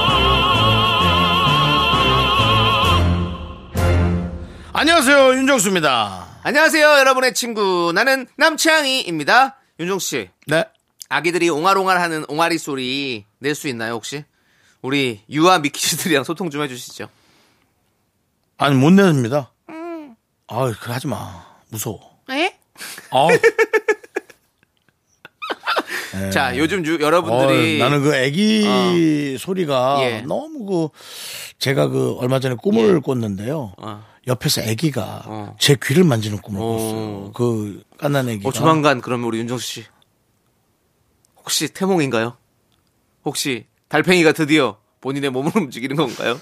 안녕하세요 윤정수입니다. 안녕하세요, 여러분의 친구. 나는 남창희입니다. 윤종씨, 네. 아기들이 옹알옹알 하는 옹알이 소리 낼 수 있나요, 혹시? 우리 유아 미키즈들이랑 소통 좀 해주시죠. 아니 못 냅니다. 음. 아유 그 하지 마. 무서워. 에? 아우, 자, 요즘 유- 여러분들이. 어이, 나는 그 애기 소리가 예. 너무 그 제가 그 얼마 전에 꿈을 꿨는데요. 어. 옆에서 애기가 어. 제 귀를 만지는 꿈을 어. 꿨어요. 그 깐난 애기가 어, 조만간 그러면 우리 윤정수 씨 혹시 태몽인가요? 혹시 달팽이가 드디어 본인의 몸을 움직이는 건가요?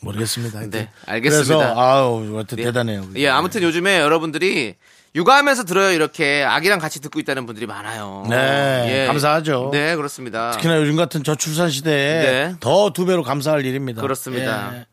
모르겠습니다. 하여튼. 네, 알겠습니다. 그래서 아우 하여튼 예. 대단해요. 예, 아무튼 요즘에 여러분들이 육아하면서 들어요 이렇게 아기랑 같이 듣고 있다는 분들이 많아요. 네, 감사하죠. 네, 그렇습니다. 특히나 요즘 같은 저출산 시대에 네. 더 두 배로 감사할 일입니다. 그렇습니다. 예.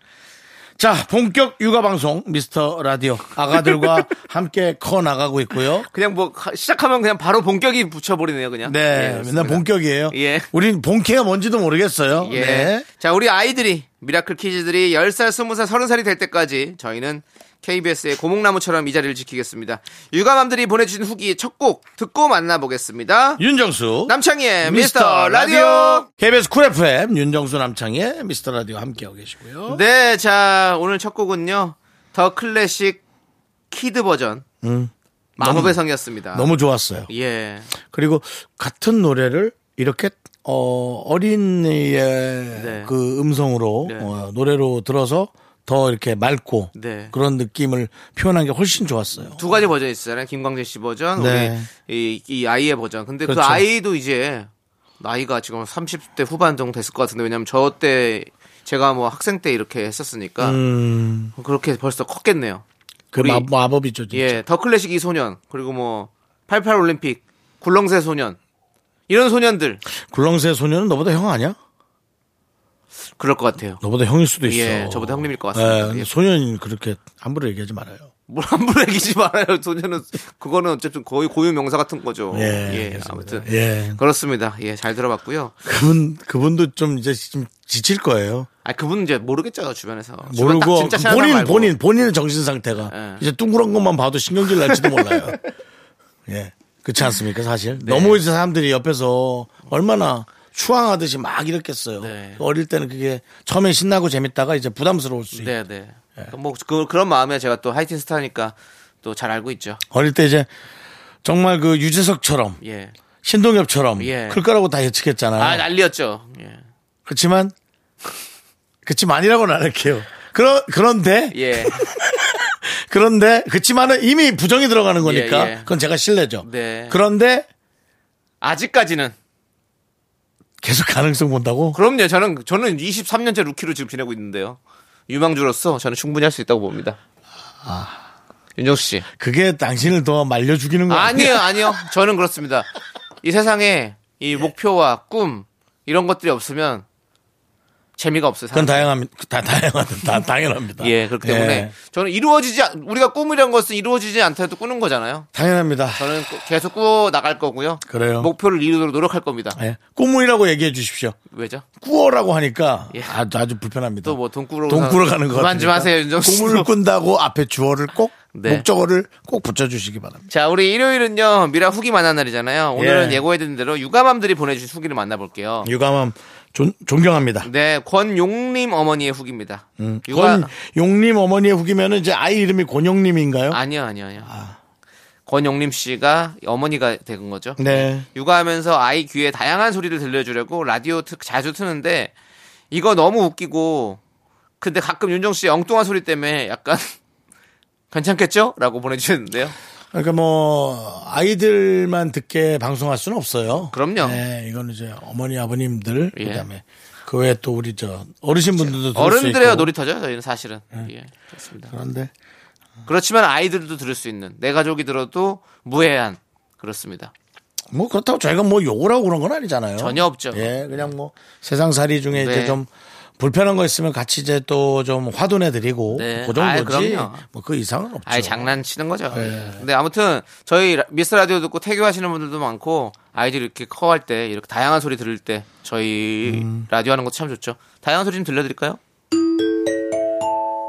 자, 본격 육아 방송 미스터 라디오 아가들과 함께 커 나가고 있고요. 그냥 뭐 하- 시작하면 그냥 바로 본격이 붙여버리네요, 그냥. 예, 네, 그렇습니다. 맨날 본격이에요. 예. 우린 본캐가 뭔지도 모르겠어요. 예. 네. 자, 우리 아이들이 미라클 키즈들이 10살, 20살, 30살이 될 때까지 저희는 KBS의 고목나무처럼 이 자리를 지키겠습니다. 육아맘들이 보내주신 후기 첫 곡 듣고 만나보겠습니다. 윤정수 남창희의 미스터 라디오. KBS 쿨 FM 윤정수 남창의 미스터 라디오 함께하고 계시고요. 네, 자, 오늘 첫 곡은요. 더 클래식 키드 버전. 마법의 성이었습니다. 음. 너무 좋았어요. 예. 그리고 같은 노래를 이렇게 어, 어린이의 네. 그 음성으로 네. 어, 노래로 들어서 더 이렇게 맑고 네. 그런 느낌을 표현한 게 훨씬 좋았어요. 두 가지 버전이 있잖아요. 김광재 씨 버전, 네. 우리 이, 이 아이의 버전. 근데 그 그렇죠. 아이도 이제 나이가 지금 30대 후반 정도 됐을 것 같은데 왜냐면 저 때 제가 뭐 학생 때 이렇게 했었으니까 음, 그렇게 벌써 컸겠네요. 그 우리- 마, 마법이죠, 진짜. 예, 더 클래식 이 소년 그리고 뭐 88 올림픽 굴렁쇠 소년 이런 소년들 굴렁쇠 소녀는 너보다 형 아니야? 그럴 것 같아요. 너보다 형일 수도 있어. 예, 저보다 형님일 것 같습니다. 예, 근데 예. 소년 소년 그렇게 함부로 얘기하지 말아요. 뭘 함부로 얘기지 말아요. 소년은 그거는 어쨌든 거의 고유 명사 같은 거죠. 예, 예, 알겠습니다. 아무튼 예. 그렇습니다. 예, 잘 들어봤고요. 그분 그분도 좀 이제 좀 지칠 거예요. 아 그분 이제 모르겠죠 주변에서 주변 딱 모르고 진짜 그 친한 사람 본인 말고. 본인 본인의 정신 상태가 예. 이제 둥그런 것만 봐도 신경질 날지도 몰라요. 예, 그렇지 않습니까 사실? 네. 너무 이제 사람들이 옆에서 얼마나 추앙하듯이 막 이랬겠어요. 네. 어릴 때는 그게 처음엔 신나고 재밌다가 이제 부담스러울 수 있고 네네 그러니까 뭐그 그런 마음에 제가 또 하이틴 스타니까 또 잘 알고 있죠 어릴 때 이제 정말 그 유재석처럼 예 아 신동엽처럼 예. 클 거라고 다 예측했잖아요. 난리였죠 예, 그렇지만 그렇지만 아니라고는 안 할게요. 그런 그런데 예. 그런데 그렇지만은 이미 부정이 들어가는 거니까 예, 예. 그건 제가 신뢰죠. 네. 그런데 아직까지는 계속 가능성 본다고? 그럼요 저는 저는 23년째 루키로 지금 지내고 있는데요 유망주로서 저는 충분히 할 수 있다고 봅니다 아. 윤정수 씨 그게 당신을 더 말려 죽이는 거 아니에요? 아니요 아니요 저는 그렇습니다 이 세상에 예. 이 목표와 꿈 이런 것들이 없으면 재미가 없어요 그건 사람 다양합니다. 다 다양한 다 당연합니다. 예, 그렇기 때문에 예, 저는 이루어지지 않- 우리가 꿈이란 것은 이루어지지 않더라도 꾸는 거잖아요. 당연합니다. 저는 꾸- 계속 꾸어 나갈 거고요. 그래요. 목표를 이루도록 노력할 겁니다. 예. 꾸물이라고 얘기해 주십시오. 왜죠? 꾸어라고 하니까 예. 아, 아주 불편합니다. 또 뭐 돈꾸러 동꾸러 가는 거 그만 좀 같으니까. 하세요, 윤정수. 꿈을 꾼다고 앞에 주어를 꼭 네. 목적어를 꼭 붙여주시기 바랍니다. 자, 우리 일요일은요 미라 후기 만난 날이잖아요. 오늘은 예. 예. 고해드린 대로 유가맘들이 보내주신 후기를 만나볼게요. 유감함 존, 존경합니다. 네, 권용림 어머니의 후기입니다. 유가 예. 음, 권용님 어머니의 후기면은 이제 아이 이름이 권용님인가요? 아니요, 아니요, 아니요. 권용림 씨가 어머니가 된 거죠. 네. 육아하면서 아이 귀에 다양한 소리를 들려주려고 라디오 트- 자주 트는데 이거 너무 웃기고 근데 가끔 윤정 씨의 엉뚱한 소리 때문에 약간 괜찮겠죠? 라고 보내주셨는데요. 그러니까 뭐 아이들만 듣게 방송할 수는 없어요. 그럼요. 네, 이거는 이제 어머니 아버님들 예. 그다음에 그 외에 또 우리 저 어르신 분들도 들을 수 어른들의 있고. 네. 음. 놀이터죠, 저희는 사실은. 예, 그렇습니다. 그런데 그렇지만 아이들도 들을 수 있는 내 가족이 들어도 무해한 그렇습니다. 뭐 그렇다고 저희가 뭐 욕을 하고 그런 건 아니잖아요. 전혀 없죠. 예, 그냥 뭐 세상살이 중에 네. 이제 좀 불편한 거 있으면 같이 이제 또 좀 화돈해 드리고 네. 그 아이, 정도지. 그럼요. 뭐 그 이상은 없죠. 아예 장난치는 거죠. 네. 근데 아무튼 저희 라- 미스 라디오 듣고 태교하시는 분들도 많고 아이들 이렇게 커할 때 이렇게 다양한 소리 들을 때 저희 음. 라디오 하는 거 참 좋죠. 다양한 소리 좀 들려드릴까요?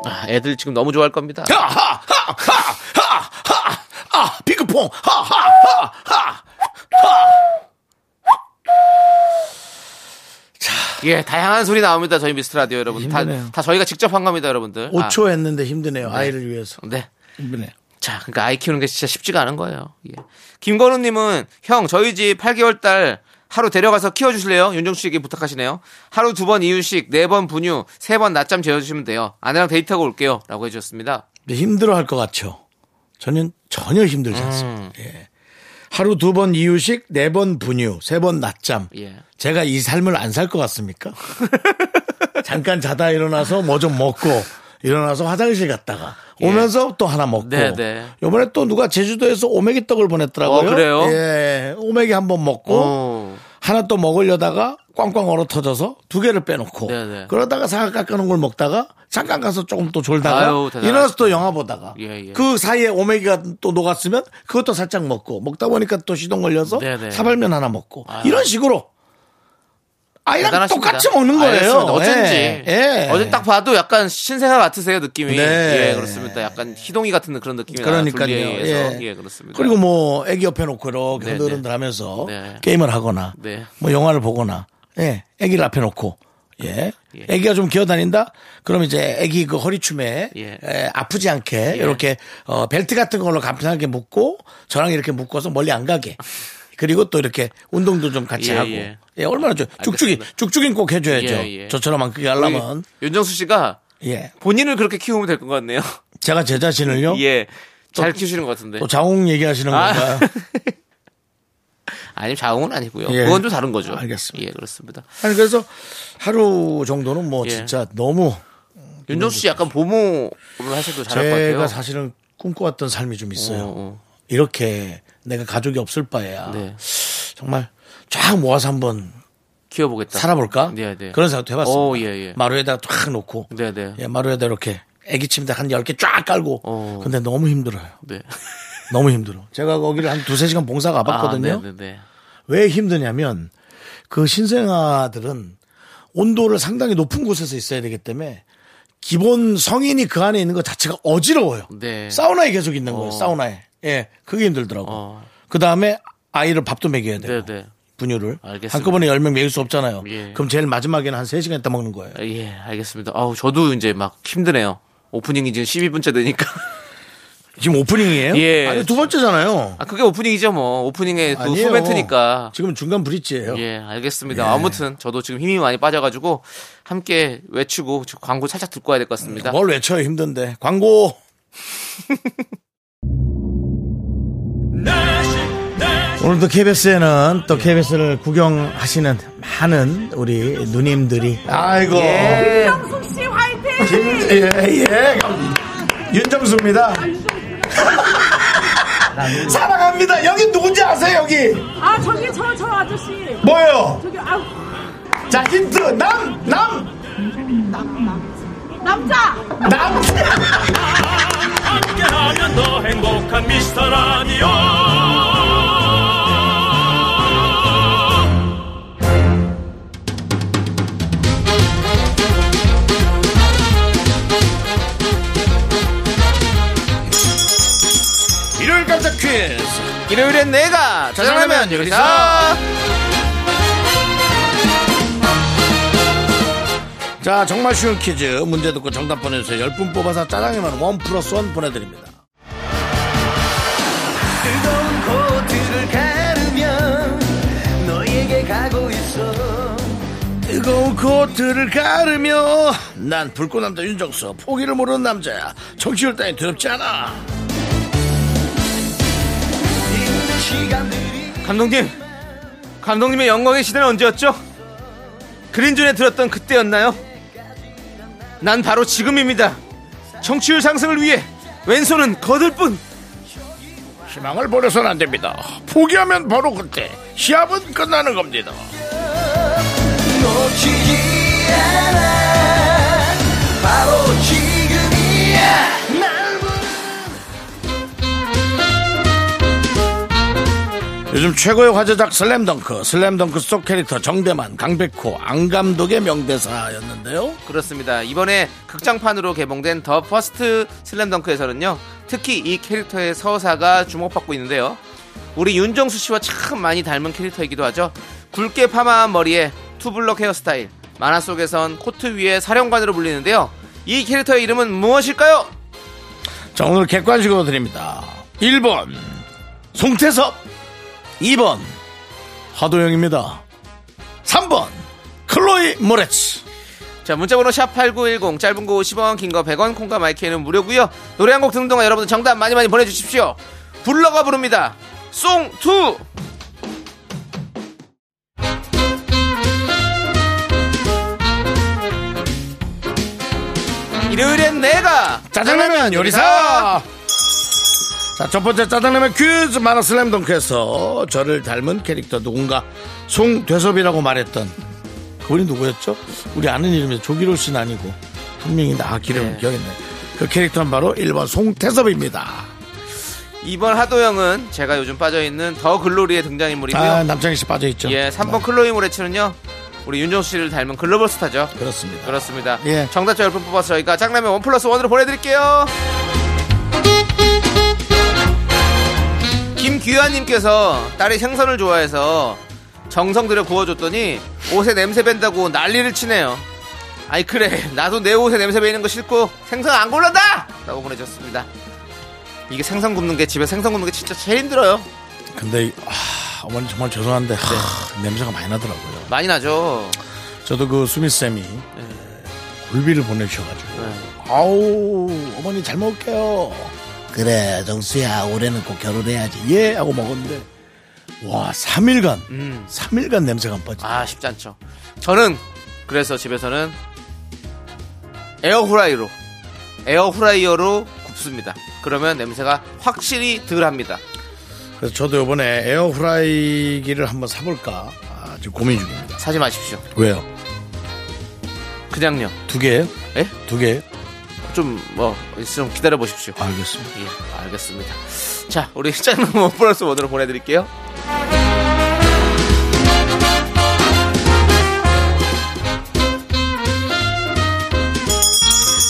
아, 애들 지금 너무 좋아할 겁니다. 하하하하하 아, 비크퐁 하하하하 예, 다양한 소리 나옵니다. 저희 미스 라디오 여러분 다, 힘드네요. 다 저희가 직접 한 겁니다, 여러분들. 아, 5초 했는데 힘드네요. 아이를 위해서. 네. 힘드네요. 자, 그러니까 아이 키우는 게 진짜 쉽지가 않은 거예요. 예. 김건우님은 형 저희 집 8개월 딸 하루 데려가서 키워주실래요? 윤정수 씨에게 부탁하시네요. 하루 두 번 이유식, 네 번 분유, 세 번 낮잠 재워주시면 돼요. 아내랑 데이트하고 올게요.라고 해주셨습니다. 근데 힘들어 할 것 같죠. 저는 전혀 힘들지 음. 않습니다. 예. 하루 두 번 이유식, 네 번 분유, 세 번 낮잠. 예. 제가 이 삶을 안 살 것 같습니까? 잠깐 자다 일어나서 뭐 좀 먹고 일어나서 화장실 갔다가 오면서 또 하나 먹고 예. 네, 네. 요번에 또 누가 제주도에서 오메기 떡을 보냈더라고요. 어, 그래요? 어. 예. 오메기 한 번 먹고 오. 하나 또 먹으려다가 꽝꽝 얼어 터져서 두 개를 빼놓고 네, 네. 그러다가 사각 깎아놓은 걸 먹다가 잠깐 가서 조금 또 졸다가 아유, 대단하시다. 일어나서 또 영화 보다가 예, 예. 그 사이에 오메기가 또 녹았으면 그것도 살짝 먹고 먹다 보니까 또 시동 걸려서 네, 네. 사발면 하나 먹고 이런 식으로 아이랑 대단하십니다. 똑같이 먹는 거예요. 알겠습니다. 어쩐지 예, 예. 어제 딱 봐도 약간 신생아 같으세요 느낌이. 네. 예, 그렇습니다. 약간 희동이 같은 그런 느낌이 그러니까요. 예. 예. 예, 그렇습니다. 그리고 뭐 애기 옆에 놓고 이렇게 네, 흔들흔들 하면서 네. 게임을 하거나 네. 뭐 영화를 보거나 예 애기를 앞에 놓고 예 예. 애기가 좀 기어다닌다 그럼 이제 애기 그 허리춤에 예. 예, 아프지 않게 이렇게 어, 벨트 같은 걸로 간편하게 묶고 저랑 이렇게 묶어서 멀리 안 가게 그리고 또 이렇게 운동도 좀 같이 예, 하고 예. 예. 얼마나 좋 쭉쭉이 알겠습니다. 쭉쭉인 꼭 해줘야죠 예, 예. 저처럼 안 크게 우리 하려면 윤정수 씨가 예 본인을 그렇게 키우면 될 것 같네요. 제가 제 자신을요 예. 잘 키우시는 것 같은데. 또 자웅 얘기하시는 아. 건가요? 아니 자웅은 아니고요. 예. 그건 또 다른 거죠. 알겠습니다. 예, 그렇습니다. 아니 그래서 하루 정도는 뭐 예. 진짜 너무 윤정수 씨 약간 보모를 하셔도 잘할 것 같아요. 음. 제가 사실은 꿈꿔왔던 삶이 좀 있어요. 어, 어. 이렇게 내가 가족이 없을 바에야 네. 정말 쫙 모아서 한번 키워보겠다. 살아볼까? 네, 네. 그런 생각도 해봤습니다. 오, 예, 예. 마루에다가 쫙 놓고 네, 네. 예, 마루에다 이렇게 애기 침대 한 10개 쫙 깔고 어. 근데 너무 힘들어요. 네. 너무 힘들어. 제가 거기를 한 두세 시간 봉사 가봤거든요. 아, 네, 네, 네. 왜 힘드냐면 그 신생아들은 온도를 상당히 높은 곳에서 있어야 되기 때문에 기본 성인이 그 안에 있는 것 자체가 어지러워요. 네. 사우나에 계속 있는 거예요. 사우나에. 예, 그게 힘들더라고. 어. 그 다음에 아이를 밥도 먹여야 돼요. 네, 네. 분유를 알겠습니다. 한꺼번에 10명 먹일 수 없잖아요. 예. 그럼 제일 마지막에는 한 3시간 있다 먹는 거예요. 예, 알겠습니다. 아우, 저도 이제 막 힘드네요. 오프닝이 지금 12분째 되니까. 지금 오프닝이에요? 예. 아니, 두 번째잖아요. 아, 그게 오프닝이죠, 뭐. 오프닝의 그 아니에요. 후멘트니까. 지금 중간 브릿지예요. 예, 알겠습니다. 아무튼 저도 지금 힘이 많이 빠져가지고 함께 외치고 지금 광고 살짝 듣고 와야 될 것 같습니다. 뭘 외쳐요 힘든데. 광고. 오늘도 KBS에는 또 KBS를 구경하시는 많은 우리 누님들이 아이고 예. 예예 윤정수입니다 사랑합니다 여기 누군지 아세요 여기 아 저기 저 저 아저씨 뭐예요 저기 아 자 힌트 남남 남자 남. 함께하면 더 행복한 미스터 라디오 일요일 깜짝 퀴즈 일요일엔 내가 짜장라면 요리사. 자 정말 쉬운 퀴즈 문제 듣고 정답 보내주세요 10분 뽑아서 짜장이면 원 플러스 원 보내드립니다 뜨거운 코트를 가르며 난 불꽃 남자 윤정수 포기를 모르는 남자야 정치율 따윈 두렵지 않아 감독님, 감독님의 영광의 시대는 언제였죠? 그린존에 들었던 그때였나요? 난 바로 지금입니다. 청취율 상승을 위해 왼손은 거들 뿐. 희망을 버려서는 안 됩니다. 포기하면 바로 그때 시합은 끝나는 겁니다. 요즘 최고의 화제작 슬램덩크, 슬램덩크 속 캐릭터 정대만, 강백호, 안 감독의 명대사였는데요. 그렇습니다. 이번에 극장판으로 개봉된 더 퍼스트 슬램덩크에서는요. 특히 이 캐릭터의 서사가 주목받고 있는데요. 우리 윤정수 씨와 참 많이 닮은 캐릭터이기도 하죠. 굵게 파마한 머리에 투블럭 헤어스타일. 만화 속에선 코트 위에 사령관으로 불리는데요. 이 캐릭터의 이름은 무엇일까요? 자, 오늘 객관식으로 드립니다. 1번, 송태섭. 2번, 하도영입니다. 3번, 클로이 모레츠. 자 문자번호 샵8910 짧은 거 50원 긴 거 100원 콩과 마이크는 무료고요 노래 한 곡 듣는 동안 여러분들 정답 많이 많이 보내주십시오 불러가 부릅니다 송2 일요일엔 내가 짜장라면 요리사! 자, 첫 번째 짜장라면 퀴즈 만화 슬램덩크에서 저를 닮은 캐릭터 누군가 송대섭이라고 말했던 그분이 누구였죠? 우리 아는 이름이 조기로 씨는 아니고 분명히 나 기름 네. 기억했네. 그 캐릭터는 바로 1번 송태섭입니다. 이번 하도영은 제가 요즘 빠져있는 더 글로리의 등장인물이고요 아, 남창희 씨 빠져있죠? 네. 예 3번 클로이 모레츠는요 우리 윤정수 씨를 닮은 글로벌 스타죠 네, 그렇습니다. 그렇습니다. 예. 정답자 10분 뽑아서 저희가 짱라면 원 플러스 원으로 보내드릴게요. 김규환님께서 딸이 생선을 좋아해서 정성 들여 구워줬더니 옷에 냄새 밴다고 난리를 치네요. 아이 그래 나도 내 옷에 냄새 배이는 거 싫고 생선 안 골란다! 라고 보내줬습니다. 이게 생선 굽는 게 집에 생선 굽는 게 진짜 제일 힘들어요. 근데, 이- 아, 어머니 정말 죄송한데, 하, 냄새가 많이 나더라고요. 많이 나죠. 저도 그 수미쌤이 굴비를 보내주셔가지고. 아우 어머니 잘 먹을게요 그래 정수야 올해는 꼭 결혼해야지 예 하고 먹었는데 와 3일간 음. 3일간 냄새가 안 빠지네 아 쉽지 않죠. 저는 그래서 집에서는 에어프라이로 에어프라이어로 굽습니다. 그러면 냄새가 확실히 덜합니다. 아, 그래서 저도 요번에 에어프라이기를 한번 사볼까 아, 지금 고민 중입니다 사지 마십시오. 왜요? 그냥요. 두 개예요? 예? 두 개예요? 좀 뭐 좀 기다려 보십시오. 알겠습니다 예, 알겠습니다. 자, 우리 짜장면 원 플러스 원으로 보내드릴게요.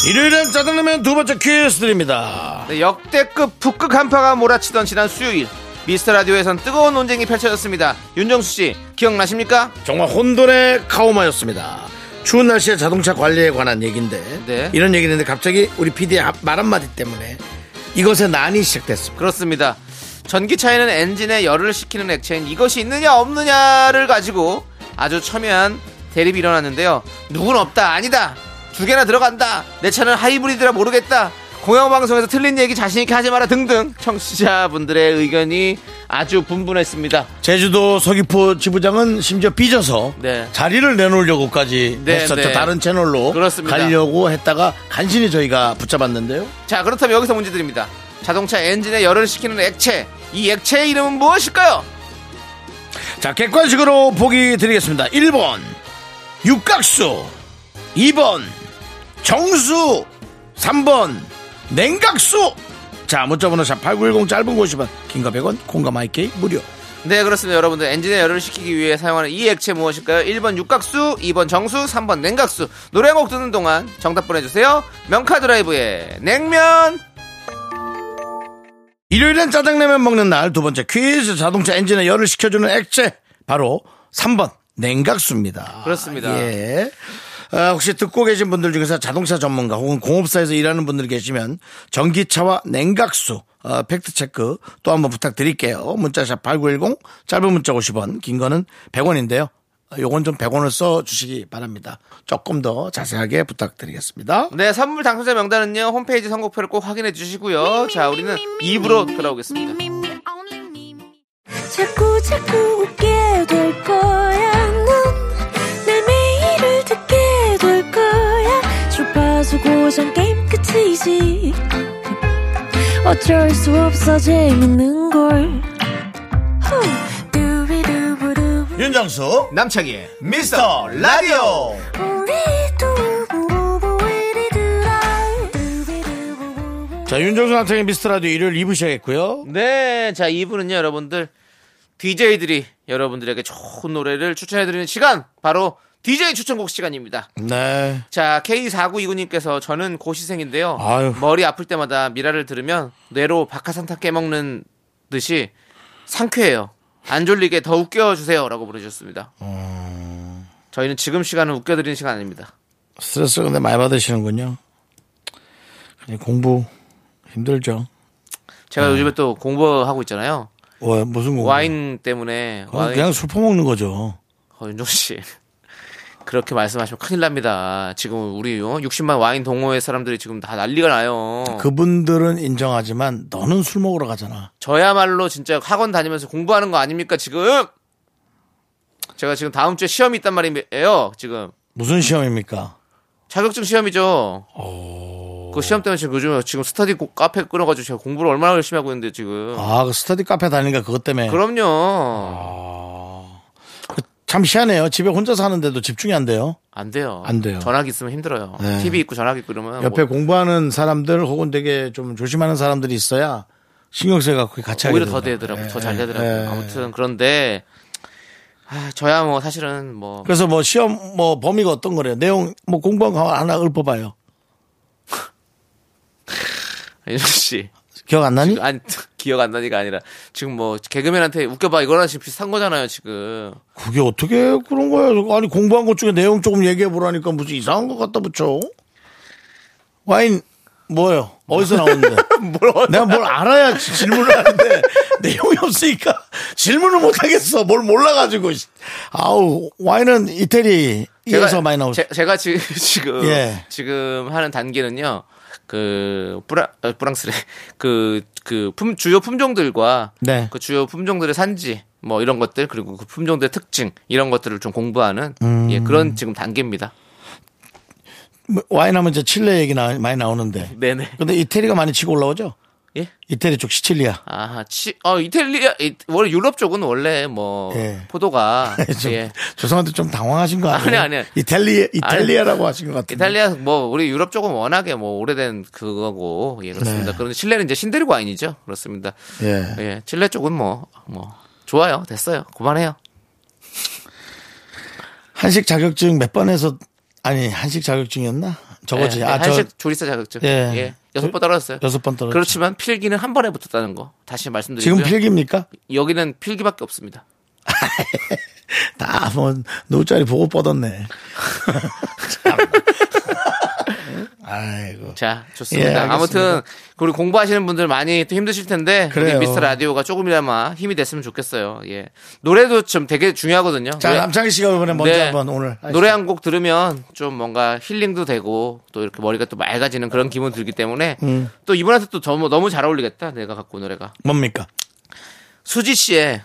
일요일엔 짜장라면 두 번째 퀴즈 드립니다 네, 역대급 북극 한파가 몰아치던 지난 수요일 미스터 라디오에선 뜨거운 논쟁이 펼쳐졌습니다. 윤정수 씨 기억나십니까? 정말 혼돈의 카오마였습니다 추운 날씨에 자동차 관리에 관한 얘기인데 네. 이런 얘기를 했는데 갑자기 우리 PD의 말 한마디 때문에 이것의 난이 시작됐습니다 그렇습니다. 전기차에는 엔진에 열을 식히는 액체인 이것이 있느냐 없느냐를 가지고 아주 첨예한 대립이 일어났는데요. 누군 없다 아니다 두 개나 들어간다 내 차는 하이브리드라 모르겠다 공영방송에서 틀린 얘기 자신있게 하지 마라 등등 청취자분들의 의견이 아주 분분했습니다. 제주도 서귀포 지부장은 심지어 삐져서 네. 자리를 내놓으려고까지 네, 했었죠. 네. 다른 채널로 그렇습니다. 가려고 했다가 간신히 저희가 붙잡았는데요. 자 그렇다면 여기서 문제 드립니다. 자동차 엔진에 열을 식히는 액체 이 액체의 이름은 무엇일까요? 자, 객관식으로 보기 드리겠습니다. 1번 육각수, 2번 정수, 3번 냉각수. 자, 문자번호 샵8910 짧은 50원, 긴가 100원, 공가 마이케이 무료. 네 그렇습니다 여러분들 엔진의 열을 식히기 위해 사용하는 이 액체 무엇일까요? 1번 육각수 2번 정수 3번 냉각수 노래 한 곡 듣는 동안 정답 보내주세요 명카드라이브의 냉면 일요일엔 짜장라면 먹는 날 두 번째 퀴즈 자동차 엔진에 열을 식혀주는 액체 바로 3번 냉각수입니다. 그렇습니다. 예. 아, 혹시 듣고 계신 분들 중에서 자동차 전문가 혹은 공업사에서 일하는 분들 계시면 전기차와 냉각수 어, 팩트체크 또 한번 부탁드릴게요. 문자샵 8910 짧은 문자 50원 긴 거는 100원인데요. 요건 좀 100원을 써주시기 바랍니다. 조금 더 자세하게 부탁드리겠습니다. 네 선물 당첨자 명단은요 홈페이지 선곡표를 꼭 확인해 주시고요 자 우리는 2부로 돌아오겠습니다 자꾸 자꾸 웃게 될 거야. 넌내 매일을 듣게 될 거야. 주파수 고정 게임 끝이지. 어쩔 수 없어 재밌는 걸 후. 두비두부두. 윤정수 남창희의 미스터 라디오 우리 두부부부 이리들아. 두비두부부부. 자 윤정수 남창의 미스터라디오 일요일 입으셔야겠고요 네, 자 2부는요 여러분들 DJ들이 여러분들에게 좋은 노래를 추천해드리는 시간 바로 DJ 추천곡 시간입니다. 네 자 K4929님께서 저는 고시생인데요. 아유. 머리 아플 때마다 미라를 들으면 뇌로 박하산타 깨먹는 듯이 상쾌해요. 안 졸리게 더 웃겨주세요라고 보내주셨습니다. 어. 저희는 지금 시간은 웃겨드리는 시간 아닙니다. 스트레스 근데 많이 받으시는군요 그냥 공부 힘들죠 제가 네. 요즘에 또 공부하고 있잖아요. 와, 어, 무슨 공부 와인 때문에 어, 그건 와인 그냥 술 퍼먹는 거죠 어, 윤종 씨. 그렇게 말씀하시면 큰일 납니다. 지금 우리 어? 60만 와인 동호회 사람들이 지금 다 난리가 나요. 그분들은 인정하지만 너는 술 먹으러 가잖아 저야말로 진짜 학원 다니면서 공부하는 거 아닙니까, 지금? 제가 지금 다음 주에 시험이 있단 말이에요, 지금. 무슨 시험입니까 자격증 시험이죠. 어. 그 시험 때문에 지금 요즘에 지금 스터디 고- 카페 끊어가지고 제가 공부를 얼마나 열심히 하고 있는데, 지금. 아, 네. 그 스터디 카페 다니니까 그것 때문에 그럼요. 참 희한해요. 집에 혼자 사는데도 집중이 안 돼요. 안 돼요. 안 돼요. 전화기 있으면 힘들어요. 네. TV 있고 전화기 있고 그러면. 옆에 뭐 공부하는 사람들 혹은 되게 좀 조심하는 사람들이 있어야 신경 쓰여가 거기 같이 하게 오히려 더 되더라고요. 되더라고, 예, 더 잘 예, 되더라고. 예. 아무튼 그런데 아, 저야 뭐 사실은 뭐 그래서 뭐 시험 뭐 범위가 어떤 거래요? 내용 뭐 공부한 거 하나 읊어봐요. 윤정 씨 기억 안 나니? 아니 기억 그 안 나니까 아니라 지금 뭐 개그맨한테 웃겨봐 이거랑 지금 비슷한 거잖아요 지금. 그게 어떻게 그런 거예요? 아니 공부한 것 중에 내용 조금 얘기해 보라니까 무슨 이상한 것 갖다 붙여. 와인 뭐예요? 어디서 나오는데? 내가 뭘 알아야 지- 질문을 하는데 내용이 없으니까 질문을 못 하겠어. 뭘 몰라가지고 아우 와인은 이태리에서 예, 많이 나오죠. 제- 제가 지, 지금 예. 지금 하는 단계는요. 그 프랑 어, 프랑스래 그, 그그품 주요 품종들과 네. 그 주요 품종들의 산지 뭐 이런 것들 그리고 그 품종들의 특징 이런 것들을 좀 공부하는 예 음. 그런 지금 단계입니다. 뭐, 와인 하면 이제 칠레 얘기 나, 많이 나오는데. 네네. 근데 이태리가 많이 치고 올라오죠? 예? 이태리 쪽 시칠리아. 아, 치, 어, 이탈리아, 이- 원래 유럽 쪽은 원래 뭐, 예. 포도가, 좀, 예. 죄송한데 좀 당황하신 거 아니에요? 아니, 아니. 이탈리 이탈리아라고 하신 것 같은데. 이탈리아, 뭐, 우리 유럽 쪽은 워낙에 뭐, 오래된 그거고, 예, 네. 그렇습니다. 그런데 칠레는 이제 신데리 와인이죠. 그렇습니다. 예. 예, 칠레 쪽은 뭐, 뭐, 좋아요. 됐어요. 그만해요. 한식 자격증 몇 번 해서 아니 한식 자격증이었나? 저거지. 예, 아, 한식 저 조리사 자격증. 예. 예. 여섯 번 떨어졌어요. 여섯 번 떨어졌죠. 그렇지만 필기는 한 번에 붙었다는 거. 다시 말씀드리고요. 지금 필기입니까? 여기는 필기밖에 없습니다. 다 뭐 노짜리 보고 뻗었네. 참. 아이고. 자, 예, 좋습니다. 알겠습니다. 아무튼 우리 공부하시는 분들 많이 또 힘드실 텐데 그래요. 우리 미스터 라디오가 조금이나마 힘이 됐으면 좋겠어요. 예. 노래도 좀 되게 중요하거든요. 자 노래- 남창희 씨가 이번에 먼저 네. 한번 오늘 하시죠. 노래 한 곡 들으면 좀 뭔가 힐링도 되고 또 이렇게 머리가 또 맑아지는 그런 기분 들기 때문에 음. 또 이분한테 또 너무 너무 잘 어울리겠다. 내가 갖고 온 노래가 뭡니까? 수지 씨의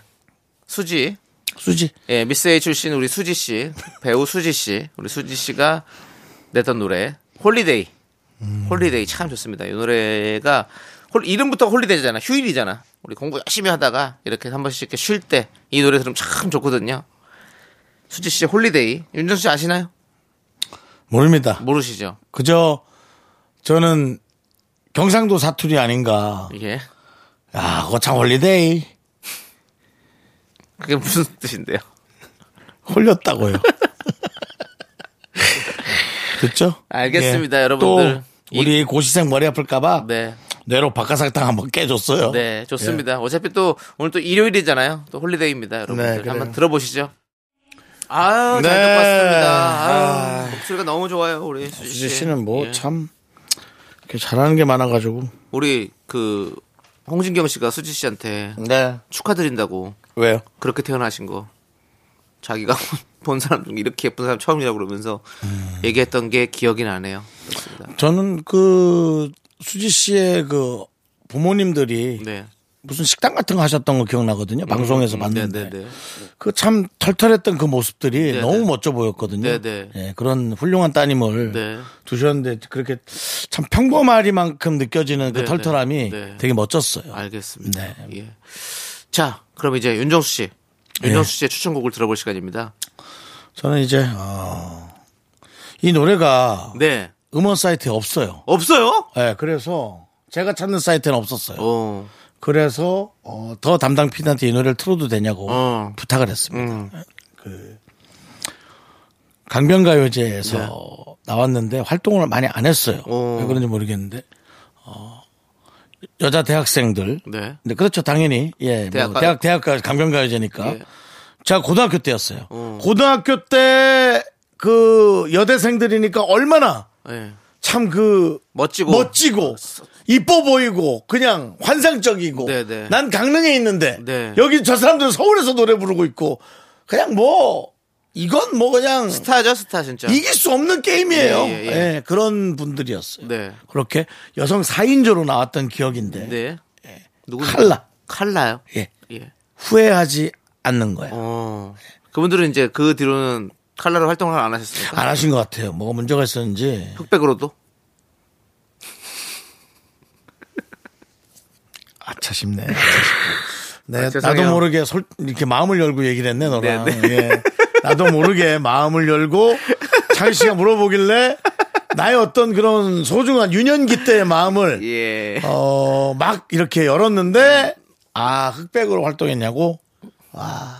수지 수지. 예, 미스 A 출신 우리 수지 씨, 배우 수지 씨, 우리 수지 씨가 냈던 노래 홀리데이. 음. 홀리데이 참 좋습니다. 이 노래가 홀- 이름부터 홀리데이잖아. 휴일이잖아. 우리 공부 열심히 하다가 이렇게 한 번씩 이렇게 쉴 때 이 노래 들으면 참 좋거든요. 수지 씨 홀리데이. 윤정수 씨 아시나요? 모릅니다. 모르시죠? 그저 저는 경상도 사투리 아닌가. 이게 야, 그거 참 홀리데이. 그게 무슨 뜻인데요? 홀렸다고요. 됐죠? 알겠습니다, 예. 여러분들. 또 우리 고시생 머리 아플까봐 네. 뇌로 박하사탕 한번 깨줬어요. 네, 좋습니다. 어차피 또 오늘 또 일요일이잖아요. 또 홀리데이입니다, 네, 여러분들. 그래요. 한번 들어보시죠. 아유, 잘 네. 듣고 왔습니다. 아. 아유, 목소리가 너무 좋아요, 우리 예. 수지 수지 씨. 씨는 예. 뭐 참 잘하는 게 많아가지고. 우리 그 홍진경 씨가 수지 씨한테 네. 축하드린다고 왜요? 그렇게 태어나신 거 자기가 본 사람 중에 이렇게 예쁜 사람 처음이라고 그러면서 얘기했던 게 기억이 나네요. 그렇습니다. 저는 그 수지 씨의 그 부모님들이 네. 음, 무슨 식당 같은 거 하셨던 거 기억나거든요. 방송에서 봤는데 네네네. 그 참 털털했던 그 모습들이 네, 너무 네. 멋져 보였거든요. 네, 네. 예, 그런 훌륭한 따님을 네. 두셨는데 그렇게 참 평범하리만큼 느껴지는 그 네, 털털함이 네. 네. 되게 멋졌어요. 알겠습니다. 네. 네. 예. 자, 그럼 이제 윤정수 씨. 윤정수 씨의 추천곡을 들어볼 시간입니다. 저는 이제 어, 이 노래가 네. 음원 사이트에 없어요. 없어요? 예, 그래서 제가 찾는 사이트는 없었어요. 어. 그래서 어, 더 담당 피디한테 이 노래를 틀어도 되냐고 어. 부탁을 했습니다. 음. 그 강변가요제에서 나왔는데 활동을 많이 안 했어요. 네. 어. 왜 그런지 모르겠는데 어, 여자 대학생들. 네. 근데 그렇죠 당연히 예 대학 대학가- 뭐 대학 대학 강변가요제니까 예. 제가 고등학교 때였어요. 고등학교 때 그 여대생들이니까 얼마나 예. 참 그 멋지고. 멋지고 이뻐 보이고 그냥 환상적이고 네네. 난 강릉에 있는데 네. 여기 저 사람들은 서울에서 노래 부르고 있고 그냥 뭐 이건 뭐 그냥 스타죠, 스타 진짜. 이길 수 없는 게임이에요. 예, 예, 예. 예, 그런 분들이었어요. 네. 그렇게 여성 4인조로 나왔던 기억인데 네. 누구 예. 칼라 칼라요? 예. 예. 후회하지 않는 거예요. 어. 그분들은 이제 그 뒤로는 칼라로 활동을 안 하셨으니까. 안 하신 것 같아요. 뭐가 문제가 있었는지 흑백으로도? 아차 싶네. 아차 싶네. 네, 아, 죄송해요. 나도 모르게 솔, 이렇게 마음을 열고 얘기를 했네 너랑. 네, 네. 예. 나도 모르게 마음을 열고 창희 씨가 물어보길래 나의 어떤 그런 소중한 유년기 때의 마음을 예. 어, 막 이렇게 열었는데 아 흑백으로 활동했냐고?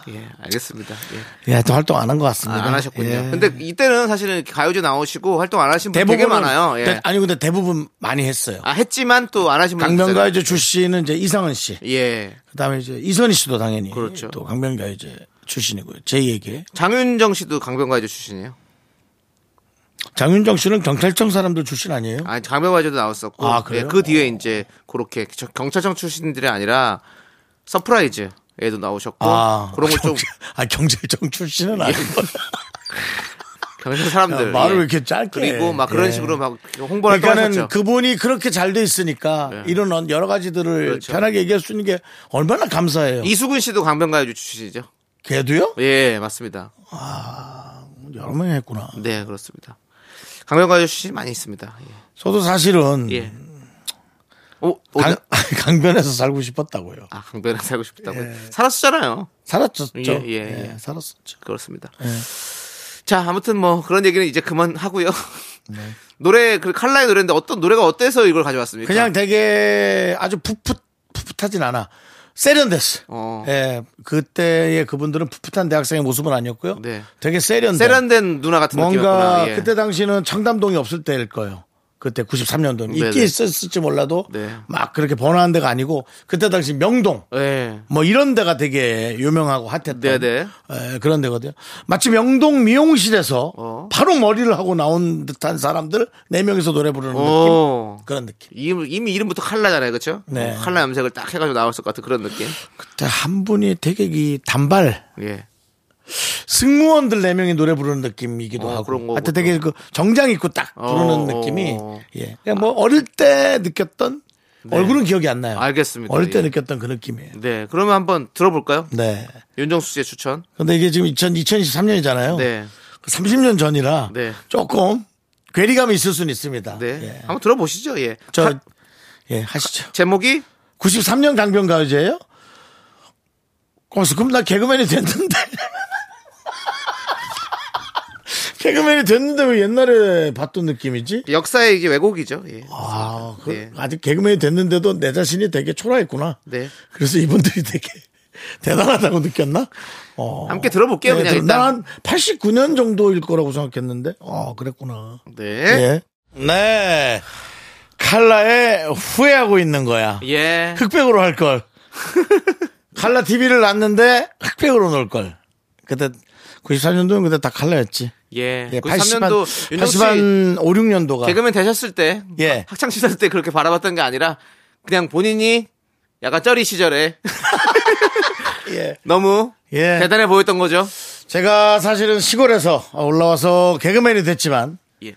예, 알겠습니다. 예. 예, 또 활동 안 한 것 같습니다. 아, 안 하셨군요. 예. 근데 이때는 사실은 가요제 나오시고 활동 안 하신 분 되게 대부분은- 네. 많아요. 예. 대- 아니 근데 대부분 많이 했어요. 아, 했지만 또 안 하신 분들. 강변가요제 출신은 이제 이상은 씨, 예. 그다음에 이제 이선희 씨도 당연히 그렇죠. 또 강변가요제 출신이고요. 제이에게 장윤정 씨도 강변가요제 출신이에요. 장윤정 씨는 경찰청 사람들 출신 아니에요? 아, 강변가요제도 나왔었고. 아, 그래요? 예, 그 뒤에 이제 그렇게 저- 경찰청 출신들이 아니라 서프라이즈. 에도 나오셨고 그런 걸 좀 예. 경찰- 아, 경찰청 출신은 아니고 경찰 사람들 말을 예. 왜 이렇게 짧게 그리고 막 해? 그런 예. 식으로 막 홍보를 그러니까는 하셨죠. 예. 그분이 그렇게 잘 돼 있으니까 이런 언- 여러 가지들을 그렇죠. 편하게 얘기할 수 있는 게 얼마나 감사해요. 그 이수근 씨도 강변가요제 출신이죠. 걔도요? 예, 맞습니다. 여러 명 했구나. 네, 그렇습니다. 강변가요제 출신 많이 있습니다. 예. 저도 사실은 예. 오, 오, 음. 강, 강변에서 살고 싶었다고요. 아, 강변에 살고 싶다고요? 예. 살았었잖아요. 살았었죠. 예, 예, 예. 살았었죠. 그렇습니다. 네. 자, 아무튼 뭐 그런 얘기는 이제 그만 하고요. 네. 노래 그 칼라의 노래인데 어떤 노래가 어때서 이걸 가져왔습니까? 그냥 되게 아주 풋풋 풋풋하진 않아. 세련됐어. 어. 예, 그때의 그분들은 풋풋한 대학생의 모습은 아니었고요. 네. 되게 세련된. 세련된 누나 같은 뭔가 느낌이었구나. 예. 그때 당시는 청담동이 없을 때일 거예요. 그때 93년도는 음, 네네. 있긴 있었을지 몰라도 네. 막 그렇게 번화한 데가 아니고 그때 당시 명동 예. 뭐 이런 데가 되게 유명하고 핫했던 네네. 에, 그런 데거든요. 마치 명동 미용실에서 어. 바로 머리를 하고 나온 듯한 사람들 네 명이서 노래 부르는 느낌 오. 그런 느낌. 이미, 이미 이름부터 칼라잖아요, 그렇죠? 네. 칼라 염색을 딱 해가지고 나왔을 것 같은 그런 느낌. 그때 한 분이 되게 이 단발 예. 승무원들 네 명이 노래 부르는 느낌이기도 어, 하고. 그런 거고 하여튼 되게 그 정장 입고 딱 부르는 어, 느낌이 어. 네. 예. 그냥 뭐 어릴 때 느꼈던 얼굴은 기억이 안 나요. 알겠습니다. 어릴 때 예. 느꼈던 그 느낌이에요. 네. 그러면 한번 들어볼까요? 네. 윤정수 씨의 추천. 근데 이게 지금 2000, 2023년이잖아요. 그 네. 30년 전이라 네. 조금 조금 괴리감이 있을 수는 있습니다. 네. 예. 한번 들어보시죠. 예. 저 하- 예, 하시죠. 제목이 93년 강변 가요제예요? 그래서 그럼 나 개그맨이 됐는데. 개그맨이 됐는데 왜 옛날에 봤던 느낌이지? 역사의 이게 왜곡이죠. 예. 아, 그, 네. 아직 개그맨이 됐는데도 내 자신이 되게 초라했구나. 네. 그래서 이분들이 되게 대단하다고 느꼈나? 어. 함께 들어볼게요, 그냥 일단. 난 89년 정도일 거라고 생각했는데. 아, 그랬구나. 네. 예. 네. 칼라에 후회하고 있는 거야. 예. 흑백으로 할 걸. 칼라 TV를 놨는데 흑백으로 놓을 걸. 그때 94년도는 그때 다 칼라였지. 예. 예, 93년도 80한, 윤정 씨 80한 5, 6년도가. 개그맨 되셨을 때 예. 학창 시절 때 그렇게 바라봤던 게 아니라 그냥 본인이 약간 쩌리 시절에 예. 너무 예. 대단해 보였던 거죠. 제가 사실은 시골에서 올라와서 개그맨이 됐지만 예.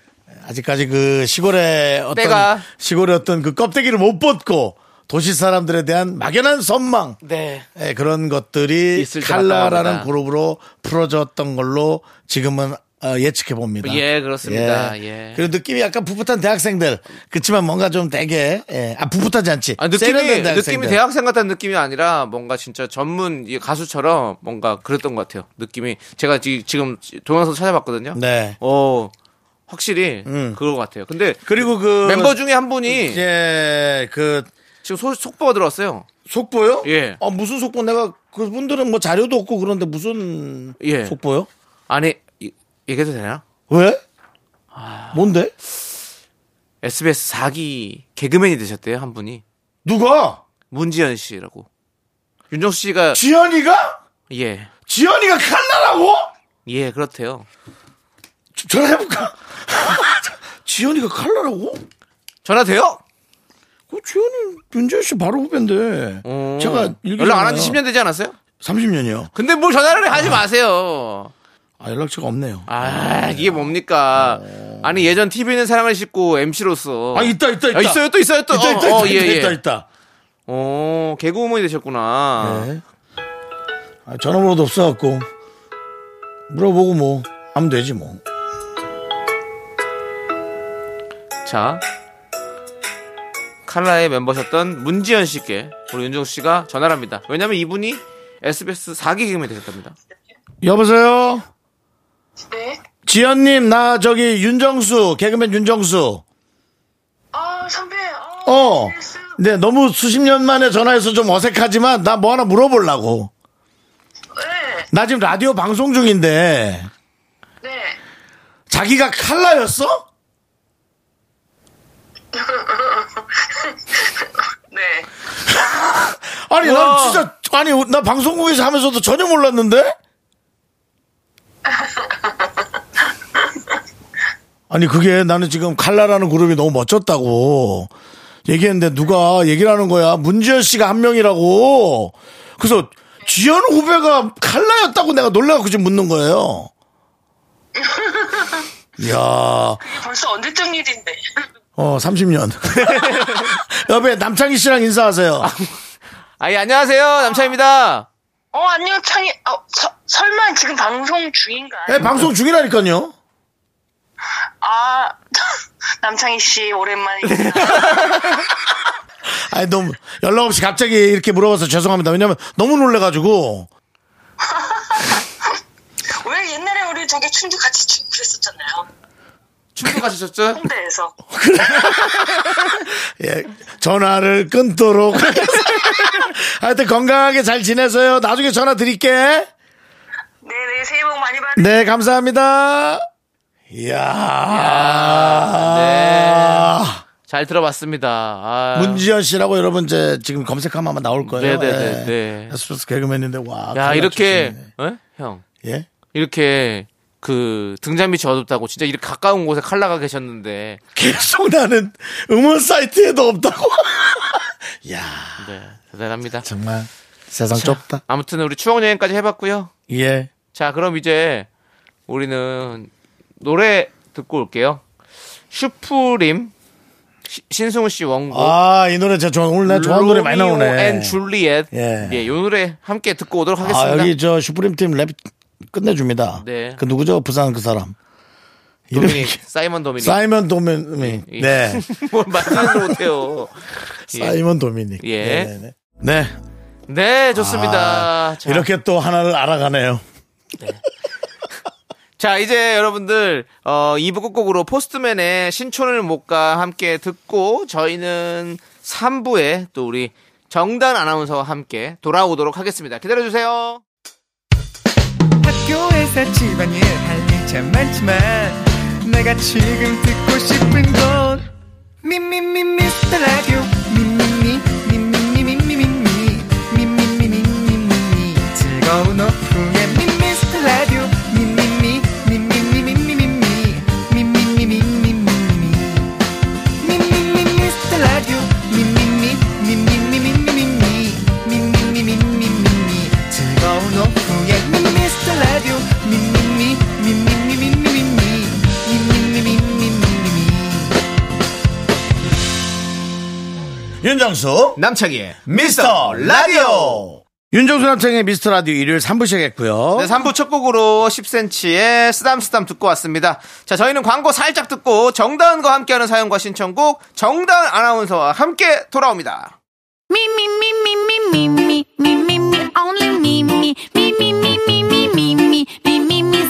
아직까지 그 시골의 어떤 때가. 시골의 어떤 그 껍데기를 못 벗고 도시 사람들에 대한 막연한 선망 네. 예, 그런 것들이 있을 것 칼라라는 같답니다. 그룹으로 풀어졌던 걸로 지금은 어, 예측해 봅니다. 예, 그렇습니다. 예. 그리고 느낌이 약간 풋풋한 대학생들. 그렇지만 뭔가 좀 되게 예. 아 풋풋하지 않지. 아, 느낌이 세련된 대학생들. 느낌이 대학생 같다는 느낌이 아니라 뭔가 진짜 전문 이 가수처럼 뭔가 그랬던 것 같아요. 느낌이 제가 지- 지금 동영상 찾아봤거든요. 네. 음. 어 확실히 그거 같아요. 근데 그리고 그 멤버 중에 한 분이 예, 그 지금 소- 속보가 들어왔어요. 속보요? 예. 아 무슨 속보? 내가 그분들은 뭐 자료도 없고 그런데 무슨 예. 속보요? 아니 이- 얘기해도 되나? 왜? 아. 뭔데? SBS 4기 개그맨이 되셨대요 한 분이 누가? 문지연 씨라고 윤정수 씨가 지연이가? 예예 예, 지연이가 칼라라고? 그렇대요. 저- 전화해볼까? 지연이가 칼라라고? 전화 돼요? 그 지연이 윤재현 씨 바로 후배인데 어. 제가 연락 안 한 지 10년 되지 않았어요? 30년이요. 근데 뭘 전화를 하지 마세요. 아 연락처가 없네요. 아 이게 뭡니까? 아니 예전 TV는 사랑을 싣고 MC로서 아 있다 있다 있다. 아, 있어요 또 있어요 또 있다 있다 있다 어, 어, 있다, 예, 예. 있다, 있다. 어 개그우먼이 되셨구나. 네. 아, 전화번호도 없어갖고 물어보고 뭐 하면 되지 뭐. 자 칼라의 멤버셨던 문지연 씨께 우리 윤정 씨가 전화를 합니다. 왜냐면 이분이 SBS 4기 개그맨이 되셨답니다. 여보세요. 네. 지연님 나 저기 윤정수 개그맨 윤정수. 아 선배. 어. 어. 알겠어. 네 너무 수십 년 만에 전화해서 좀 어색하지만 나 뭐 하나 물어보려고. 네. 나 지금 라디오 방송 중인데 네. 자기가 칼라였어? 네. 아니 난 우와. 진짜 아니 나 방송국에서 하면서도 전혀 몰랐는데 아니 그게 나는 지금 칼라라는 그룹이 너무 멋졌다고 얘기했는데 누가 얘기를 하는 거야 문지연 씨가 한 명이라고 그래서 지연 후배가 칼라였다고 내가 놀라갖고 지금 묻는 거예요 이야 이게 벌써 언제쯤 일인데. 어 30년 여배 남창희 씨랑 인사하세요 아예 안녕하세요 남창입니다. 어 안녕 창이. 어 서- 설마 지금 방송 중인가? 네, 방송 중이라니까요 아 남창희 씨 오랜만입니다. 아니 너무 연락 없이 갑자기 이렇게 물어봐서 죄송합니다. 왜냐면 너무 놀래가지고 왜 옛날에 우리 저기 춤도 같이 추고 그랬었잖아요. 춤도 가셨죠? 홍대에서. 예, 전화를 끊도록. 하여튼 건강하게 잘 지내세요. 나중에 전화 드릴게. 네네 새해 복 많이 받으세요. 네 감사합니다. 이야. 네. 잘 들어봤습니다. 아, 문지연 씨라고 여러분 이제 지금 검색하면 아마 나올 거예요. 네네네, 예. 네. 에스프레소 개그맨인데 와. 야 칼라 이렇게 출신이네. 어? 형 예. 이렇게 그 등잔 밑이 어둡다고 진짜 이렇게 가까운 곳에 칼라가 계셨는데 계속 나는 음원 사이트에도 없다고. 야 네, 대단합니다. 정말 세상 좁다. 아무튼 우리 추억 여행까지 해봤고요. 예. 자, 그럼 이제 우리는 노래 듣고 올게요. 슈프림 시- 신승우 씨 원곡. 아, 이 노래 진짜 좋아. 오늘 나 좋아하는 노래 많이 나오네. 앤 줄리엣. 예. 예. 이 노래 함께 듣고 오도록 아, 하겠습니다. 여기 저 슈프림 팀 랩 끝내줍니다. 네. 그 누구죠? 부산 그 사람. 이름이 도미닉, 사이먼 도미닉. 사이먼 도미닉. 이- 네. 뭘 맞추는 못해요. 예. 사이먼 도미닉. 예. 네네네. 네. 네, 좋습니다. 자, 아, 이렇게 또 하나를 알아가네요. 자, 이제 여러분들 어, 2부 끝곡으로 포스트맨의 신촌을 못 가 함께 듣고 저희는 3부에 또 우리 정단 아나운서와 함께 돌아오도록 하겠습니다. 기다려주세요. 학교에서 집안일 할 일 참 많지만 내가 지금 듣고 싶은 건 미미미 미스터 라디오 미미미 미미미 미미미 미미미 미미미 즐거운 오후에 미미스터 라디오 미미미 미미미 미미미 미미미 미미미 윤정수 남창희의 미스터 라디오 윤정수 남창의 미스터 라디오 일요일 3부 시작했고요. 네, 3부 첫 곡으로 10cm의 쓰담쓰담 듣고 왔습니다. 자, 저희는 광고 살짝 듣고 정다은과 함께하는 사연과 신청곡 정다은 아나운서와 함께 돌아옵니다. Me, me, me, me, me, me, me, me, me, me, only me, me, me, me, me, me, me, me, me, me, me, me,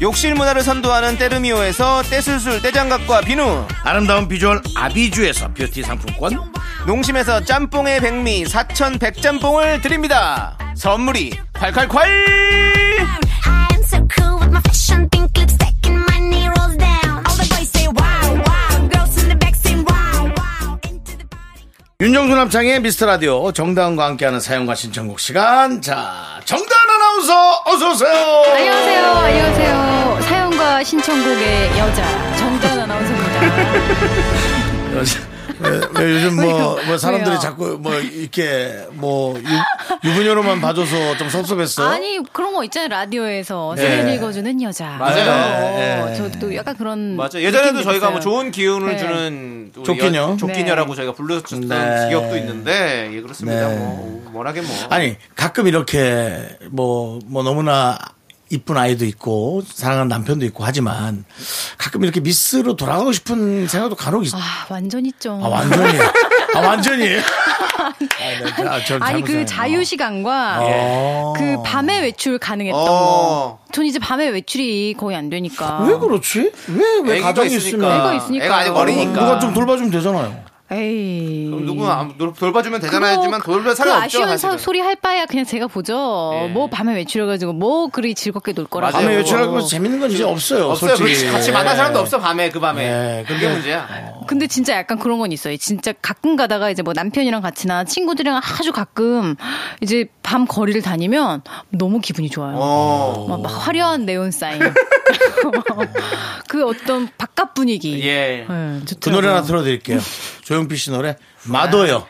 욕실 문화를 선도하는 때르미오에서 떼술술 떼장갑과 비누, 아름다운 비주얼 아비주에서 뷰티 상품권. 농심에서 짬뽕의 백미 사천 백짬뽕을 드립니다. 선물이 콸콸콸! I am so cool with my fashion pink lipstick and my knee rolls down. All the boys say wow, wow. Girls in the back say wow, wow. Into the party. 윤정수 남창의 미스터 라디오 정다은과 함께하는 사연과 신청곡 시간. 자, 정다은 아나운서 어서 오세요. 안녕하세요. 안녕하세요. 사연과 신청곡의 여자 정다은 아나운서입니다. 왜, 왜 요즘 뭐, 뭐 사람들이 왜요? 그, 자꾸 뭐 이렇게 뭐 유, 분녀로만 봐줘서 좀 섭섭했어. 아니 그런 거 있잖아요. 라디오에서 네. 사연 읽어주는 여자. 맞아요. 예. 저도 약간 그런 네. 맞아. 예전에도 느낌이 저희가 뭐 있어요. 좋은 기운을 네. 주는 우리 좋긴요. 여- 좋긴요라고 네. 저희가 불렀었던 네. 기억도 있는데 예 그렇습니다. 네. 뭐 워낙에 뭐 아니 가끔 이렇게 뭐 뭐 너무나 이쁜 아이도 있고 사랑하는 남편도 있고 하지만 가끔 이렇게 미스로 돌아가고 싶은 생각도 간혹 있어. 아 완전 있죠. 아 완전히. 아 완전히. 아, 나- 아, 저 잘못 아니 생각했네. 그 자유 시간과 어. 그 밤에 외출 가능했던 어. 거. 전 이제 밤에 외출이 거의 안 되니까. 왜 그렇지? 왜 왜뭐 애기가 가정이 있으면 애가 있으니까. 애가 아직 어리니까 누가 좀 돌봐주면 되잖아요. 에이. 음. 그럼 누구는 아무- 돌- 돌봐주면 그거 되잖아요지만 돌볼 그 사람 없죠 아쉬운 서- 사실은. 소리 할 바야 그냥 제가 보죠. 예. 뭐 밤에 외출해가지고 뭐 그리 즐겁게 놀 거라고. 맞아요. 밤에 외출하고 재밌는 건 이제 없어요. 없어요. 솔직히. 그렇지. 같이 만난 사람도 없어 밤에 그 밤에 네, 그게 근데- 문제야. 근데 진짜 약간 그런 건 있어요. 진짜 가끔 가다가 이제 뭐 남편이랑 같이나 친구들이랑 아주 가끔 이제 밤 거리를 다니면 너무 기분이 좋아요. 어. 뭐 막, 막 화려한 네온 사인. 그 어떤 바깥 분위기. 네, 예. 그 노래 하나 틀어드릴게요. 조용필 씨 노래 마도요.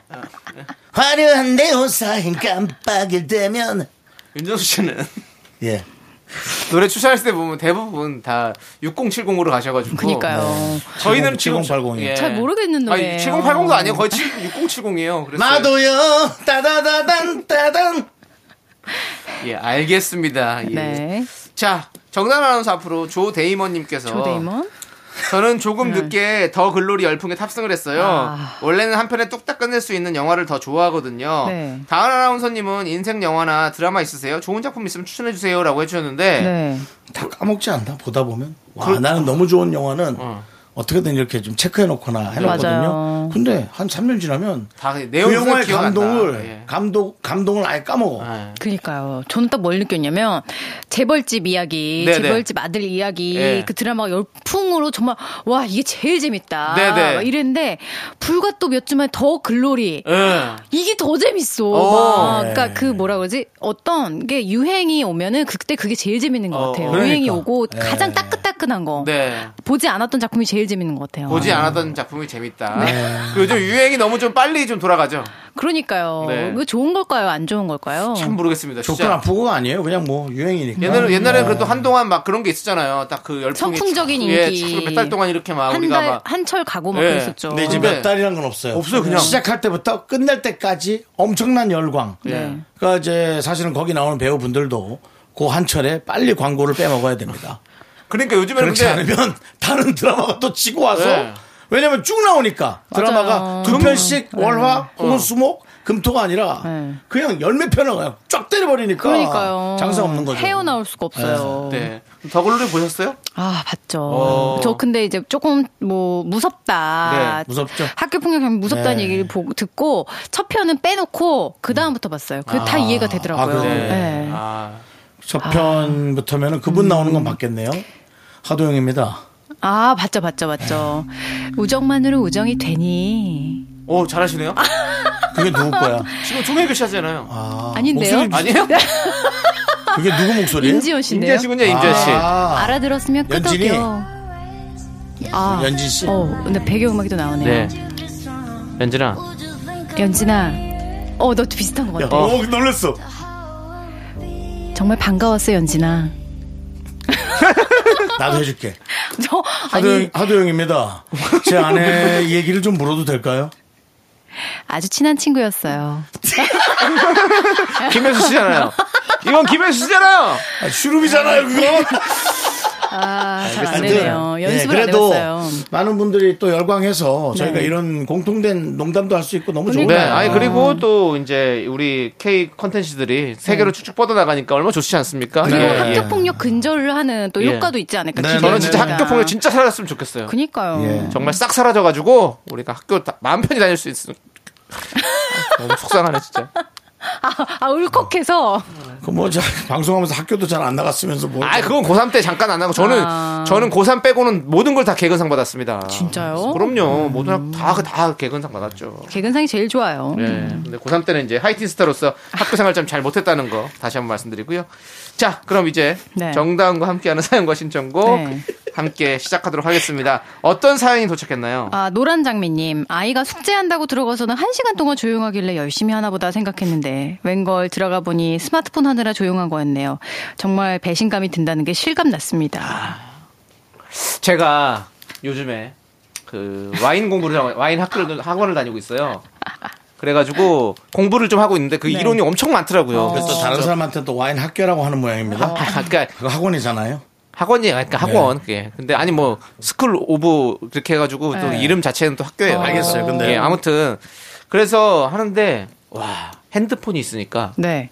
네. 화려한 내 옷사인 깜빡일 때면 윤정수 씨는 예. 노래 추천할 때 보면 대부분 다 6070으로 가셔가지고 그니까요. 70, 저희는 지금 예. 7080 이요. 잘 모르겠는 노래예요. 아니, 7080도 아니에요. 거의 6070이에요. 그래서 마도요 따다다단 따단 예, 알겠습니다. 예. 네. 자, 정단 아나운서 앞으로 조 데이먼님께서 조데이먼. 네. 저는 조금 늦게 더 글로리 열풍에 탑승을 했어요. 아. 원래는 한 편에 뚝딱 끝낼 수 있는 영화를 더 좋아하거든요. 네. 다은 아나운서님은 인생 영화나 드라마 있으세요? 좋은 작품 있으면 추천해 주세요라고 해주셨는데 네. 다 까먹지 않나 보다 보면 와 나는 너무 좋은 영화는 그- 어. 어. 떻게든 이렇게 좀 체크해놓거나 해놓거든요. 맞아요. 근데 한 3년 지나면 다 그 내용이 영화의 기억 안 나. 감동을 예. 감독 감동을 아예 까먹어. 예. 그니까요. 저는 딱 뭘 느꼈냐면 재벌집 이야기, 네네. 재벌집 아들 이야기 예. 그 드라마가 열풍으로 정말 와 이게 제일 재밌다. 네네. 막 이랬는데 불과 또 몇 주만에 더 글로리. 예. 이게 더 재밌어. 오. 막. 네. 그러니까 그 뭐라 그러지? 어떤 게 유행이 오면은 그때 그게 제일 재밌는 것 어, 같아요. 그러니까. 유행이 오고 예. 가장 따끈따끈한 거. 네. 보지 않았던 작품이 제일 재밌는 것 같아요. 네. 보지 않았던 작품이 재밌다. 그 요즘 유행이 너무 좀 빨리 좀 돌아가죠. 그러니까요. 네. 이거 좋은 걸까요? 안 좋은 걸까요? 참 뭐, 모르겠습니다. 조건 진짜. 아프고가 아니에요. 그냥 뭐 유행이니까. 어. 옛날에 옛날에 그래도 한동안 막 그런 게 있었잖아요. 딱 그 열풍이 선풍적인 참- 인기. 예, 몇달 동안 이렇게 막 한 우리가 달, 막 한철 가고 막 예. 그랬었죠. 근데 이제 근데 몇 달이란 건 없어요. 없어요, 그냥. 시작할 때부터 끝날 때까지 엄청난 열광. 네. 그러니까 이제 사실은 거기 나오는 배우분들도 그 한철에 빨리 광고를 빼먹어야 됩니다. 그러니까 요즘에는 그렇지 근데 않으면 다른 드라마가 또 치고 와서 네. 왜냐면 쭉 나오니까 드라마가 맞아요. 어. 두 편씩 월화 혹은 수목 금토가 아니라 네. 그냥 열몇 편을 그냥 쫙 때려버리니까 그러니까요. 장사 없는 거죠. 헤어나올 수가 없어요. 네. 더글로리 보셨어요? 음. 아, 봤죠. 어. 저 근데 이제 조금 뭐 무섭다. 네, 무섭죠. 학교 폭력하면 무섭다는 네. 얘기를 보, 듣고 첫 편은 빼놓고 그 다음부터 봤어요. 그게 다 이해가 되더라고요. 아, 그래요? 네. 아, 첫 편부터면은 그분 나오는 건 맞겠네요. 하도영입니다. 아, 봤죠, 봤죠, 봤죠. 우정만으로 우정이 되니. 오 잘하시네요. 그게 누구 거야? 지금 종혜교 씨 하잖아요. 아닌데요? 목소리 아니에요? 그게 누구 목소리예요? 임지연 씨인데요. 네, 임지연 씨군요, 임지연 씨. 아. 알아들었으면 연진이? 끄덕여. 아, 연진 씨. 어, 근데 배경음악도 나오네요. 아. 네. 연진아. 연진아, 어, 너도 비슷한 것 야, 같아. 어, 놀랬어. 정말 반가웠어, 연진아. 나도 해줄게. 저 하도영, 아니 하도영입니다. 제 아내 얘기를 좀 물어도 될까요? 아주 친한 친구였어요. 김혜수 씨잖아요. 이건 김혜수 씨잖아요. 아, 슈룹이잖아요, 그거. 아, 잘 안 아무튼, 되네요. 예, 연습을 안 그래도 해봤어요. 많은 분들이 또 열광해서 저희가 네. 이런 공통된 농담도 할 수 있고 너무 좋은 네. 거예요. 아니 그리고 또 이제 우리 K 컨텐츠들이 음. 세계로 쭉쭉 뻗어 나가니까 얼마나 좋지 않습니까? 그리고 예, 예. 학교 폭력 근절하는 또 예. 효과도 있지 않을까. 네, 저는 기대됩니다. 진짜 학교 폭력 진짜 사라졌으면 좋겠어요. 그니까요. 예. 정말 싹 사라져가지고 우리가 학교 다, 마음 편히 다닐 수 있는. 너무 속상하네 진짜. 아 울컥해서 그뭐 방송하면서 학교도 잘 안 나갔으면서 뭐. 아, 그건 고3 때 잠깐 안 하고 저는 아. 저는 고3 빼고는 모든 걸 다 개근상 받았습니다. 진짜요? 음. 그럼요. 모든 다다 개근상 받았죠. 개근상이 제일 좋아요. 예. 근데 고3 때는 이제 하이틴 스타로서 학교 생활 좀 잘 못했다는 거 다시 한번 말씀드리고요. 자, 그럼 이제 네. 정다은과 함께하는 사연과 신청곡 네. 함께 시작하도록 하겠습니다. 어떤 사연이 도착했나요? 아, 노란 장미님. 아이가 숙제한다고 들어가서는 한 시간 동안 조용하길래 열심히 하나보다 생각했는데, 웬걸 들어가 보니 스마트폰 하느라 조용한 거였네요. 정말 배신감이 든다는 게 실감 났습니다. 제가 요즘에 그 와인 공부를 하고- 와인 학교를 학원을 다니고 있어요. 그래가지고 공부를 좀 하고 있는데 그 네. 이론이 엄청 많더라고요. 어. 그래서 또 다른 사람한테 또 와인 학교라고 하는 모양입니다. 아, 그러니까 그거 학원이잖아요. 학원이에요. 그러니까 학원. 그게. 근데 아니 뭐 스쿨 오브 그렇게 해가지고 또 네. 이름 자체는 또 학교예요. 알겠어요. 근데 예, 아무튼 그래서 하는데 와 핸드폰이 있으니까 네.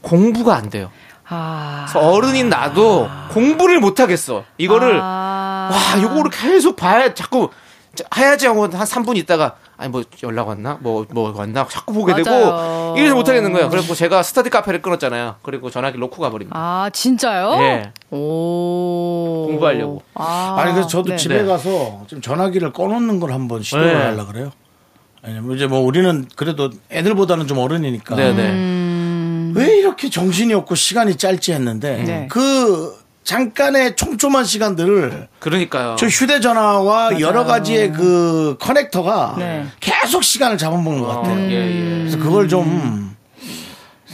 공부가 안 돼요. 아. 그래서 어른인 나도 공부를 못 하겠어. 이거를 아. 와 요거를 계속 봐야 자꾸 자- 해야지 하고 한 3분 있다가 아니 뭐 연락 왔나 뭐 뭐 왔나 자꾸 보게 맞아요. 되고 이래서 못 하겠는 거예요. 그래서 제가 스터디 카페를 끊었잖아요. 그리고 전화기 놓고 가버립니다. 아, 진짜요? 예. 오. 공부하려고. 아. 아니 그래서 저도 네. 집에 네. 가서 지금 전화기를 꺼놓는 걸 한번 시도를 네. 하려 그래요. 왜냐면 이제 뭐 우리는 그래도 애들보다는 좀 어른이니까 음. 네네. 왜 이렇게 정신이 없고 시간이 짧지 했는데 네. 그 잠깐의 촘촘한 시간들을 그러니까요. 저 휴대전화와 여러 가지의 그 커넥터가 네. 계속 시간을 잡아먹는 것 어, 같아요. 예, 예. 그래서 그걸 좀.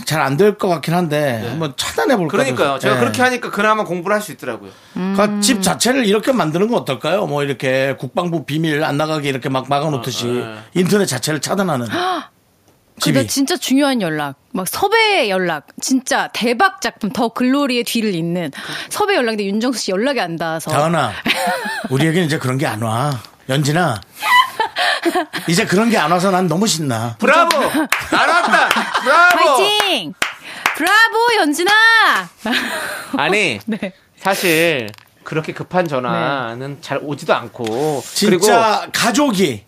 잘 안 될 것 같긴 한데 한번 차단해 볼까. 네. 그러니까요. 네. 제가 그렇게 음. 하니까 그나마 공부를 할 수 있더라고요. 그러니까 집 자체를 이렇게 만드는 건 어떨까요? 뭐 이렇게 국방부 비밀 안 나가게 이렇게 막 막아놓듯이 네. 인터넷 자체를 차단하는 아, 집이 그러니까 진짜 중요한 연락, 막 섭외 연락, 진짜 대박 작품 더 글로리의 뒤를 잇는 그- 섭외 연락인데 윤정수 씨 연락이 안 어. 닿아서 다은아 우리에게는 이제 그런 게 안 와. 연진아 이제 그런 게 안 와서 난 너무 신나. 브라보! 알았다! 브라보! 파이팅! 브라보 연진아! 아니, 네. 사실 그렇게 급한 전화는 잘 오지도 않고 진짜 가족이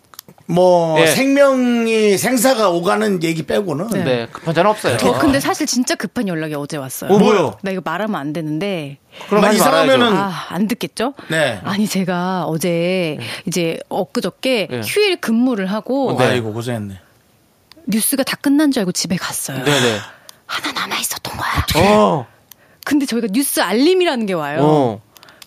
뭐 네. 생명이 생사가 오가는 얘기 빼고는 그리고 네, 급한 전화 없어요. 어, 근데 사실 진짜 급한 연락이 어제 왔어요. 어, 뭐요? 나 이거 말하면 안 되는데 어, 그럼 하지 이상하면은 말아야죠. 아, 안 듣겠죠? 네. 아니 제가 어제 이제 엊그저께 네. 휴일 근무를 하고 뭐 아이고 어, 고생했네. 뉴스가 다 끝난 줄 알고 집에 갔어요. 네네. 하나 남아 있었던 거야. 어, 근데 저희가 뉴스 알림이라는 게 와요. 어.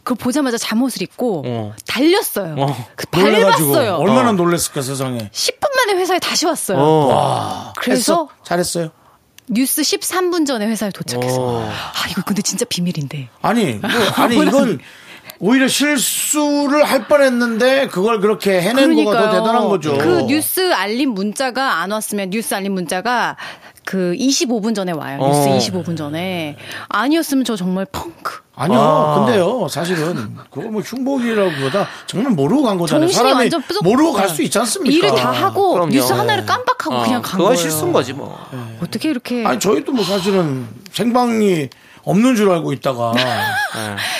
그걸 보자마자 잠옷을 입고 어. 달렸어요. 달렸어요. 그 어. 놀래가지고 밟았어요. 얼마나 놀랬을까 세상에. 10분 만에 회사에 다시 왔어요. 어. 아, 그래서 했어. 잘했어요. 뉴스 13분 전에 회사에 도착해서 어. 아 이거 근데 진짜 비밀인데. 아니, 뭐, 아니 이건 오히려 실수를 할 뻔했는데 그걸 그렇게 해낸 거가 더 대단한 거죠. 그 뉴스 알림 문자가 안 왔으면 뉴스 알림 문자가 그 25분 전에 와요. 어. 뉴스 25분 전에 아니었으면 저 정말 펑크. 아니요, 아. 근데요, 사실은 그거 뭐 흉보기라기보다 정말 모르고 간 거잖아요. 정신이 사람이 완전 뿌석. 모르고 갈 수 있지 않습니까? 예. 일을 다 하고 그럼요. 뉴스 하나를 깜빡하고 어, 그냥 간 그건 거예요. 실수인 거지 뭐. 어떻게 이렇게 아니 저희도 뭐 사실은 생방이 없는 줄 알고 있다가 예.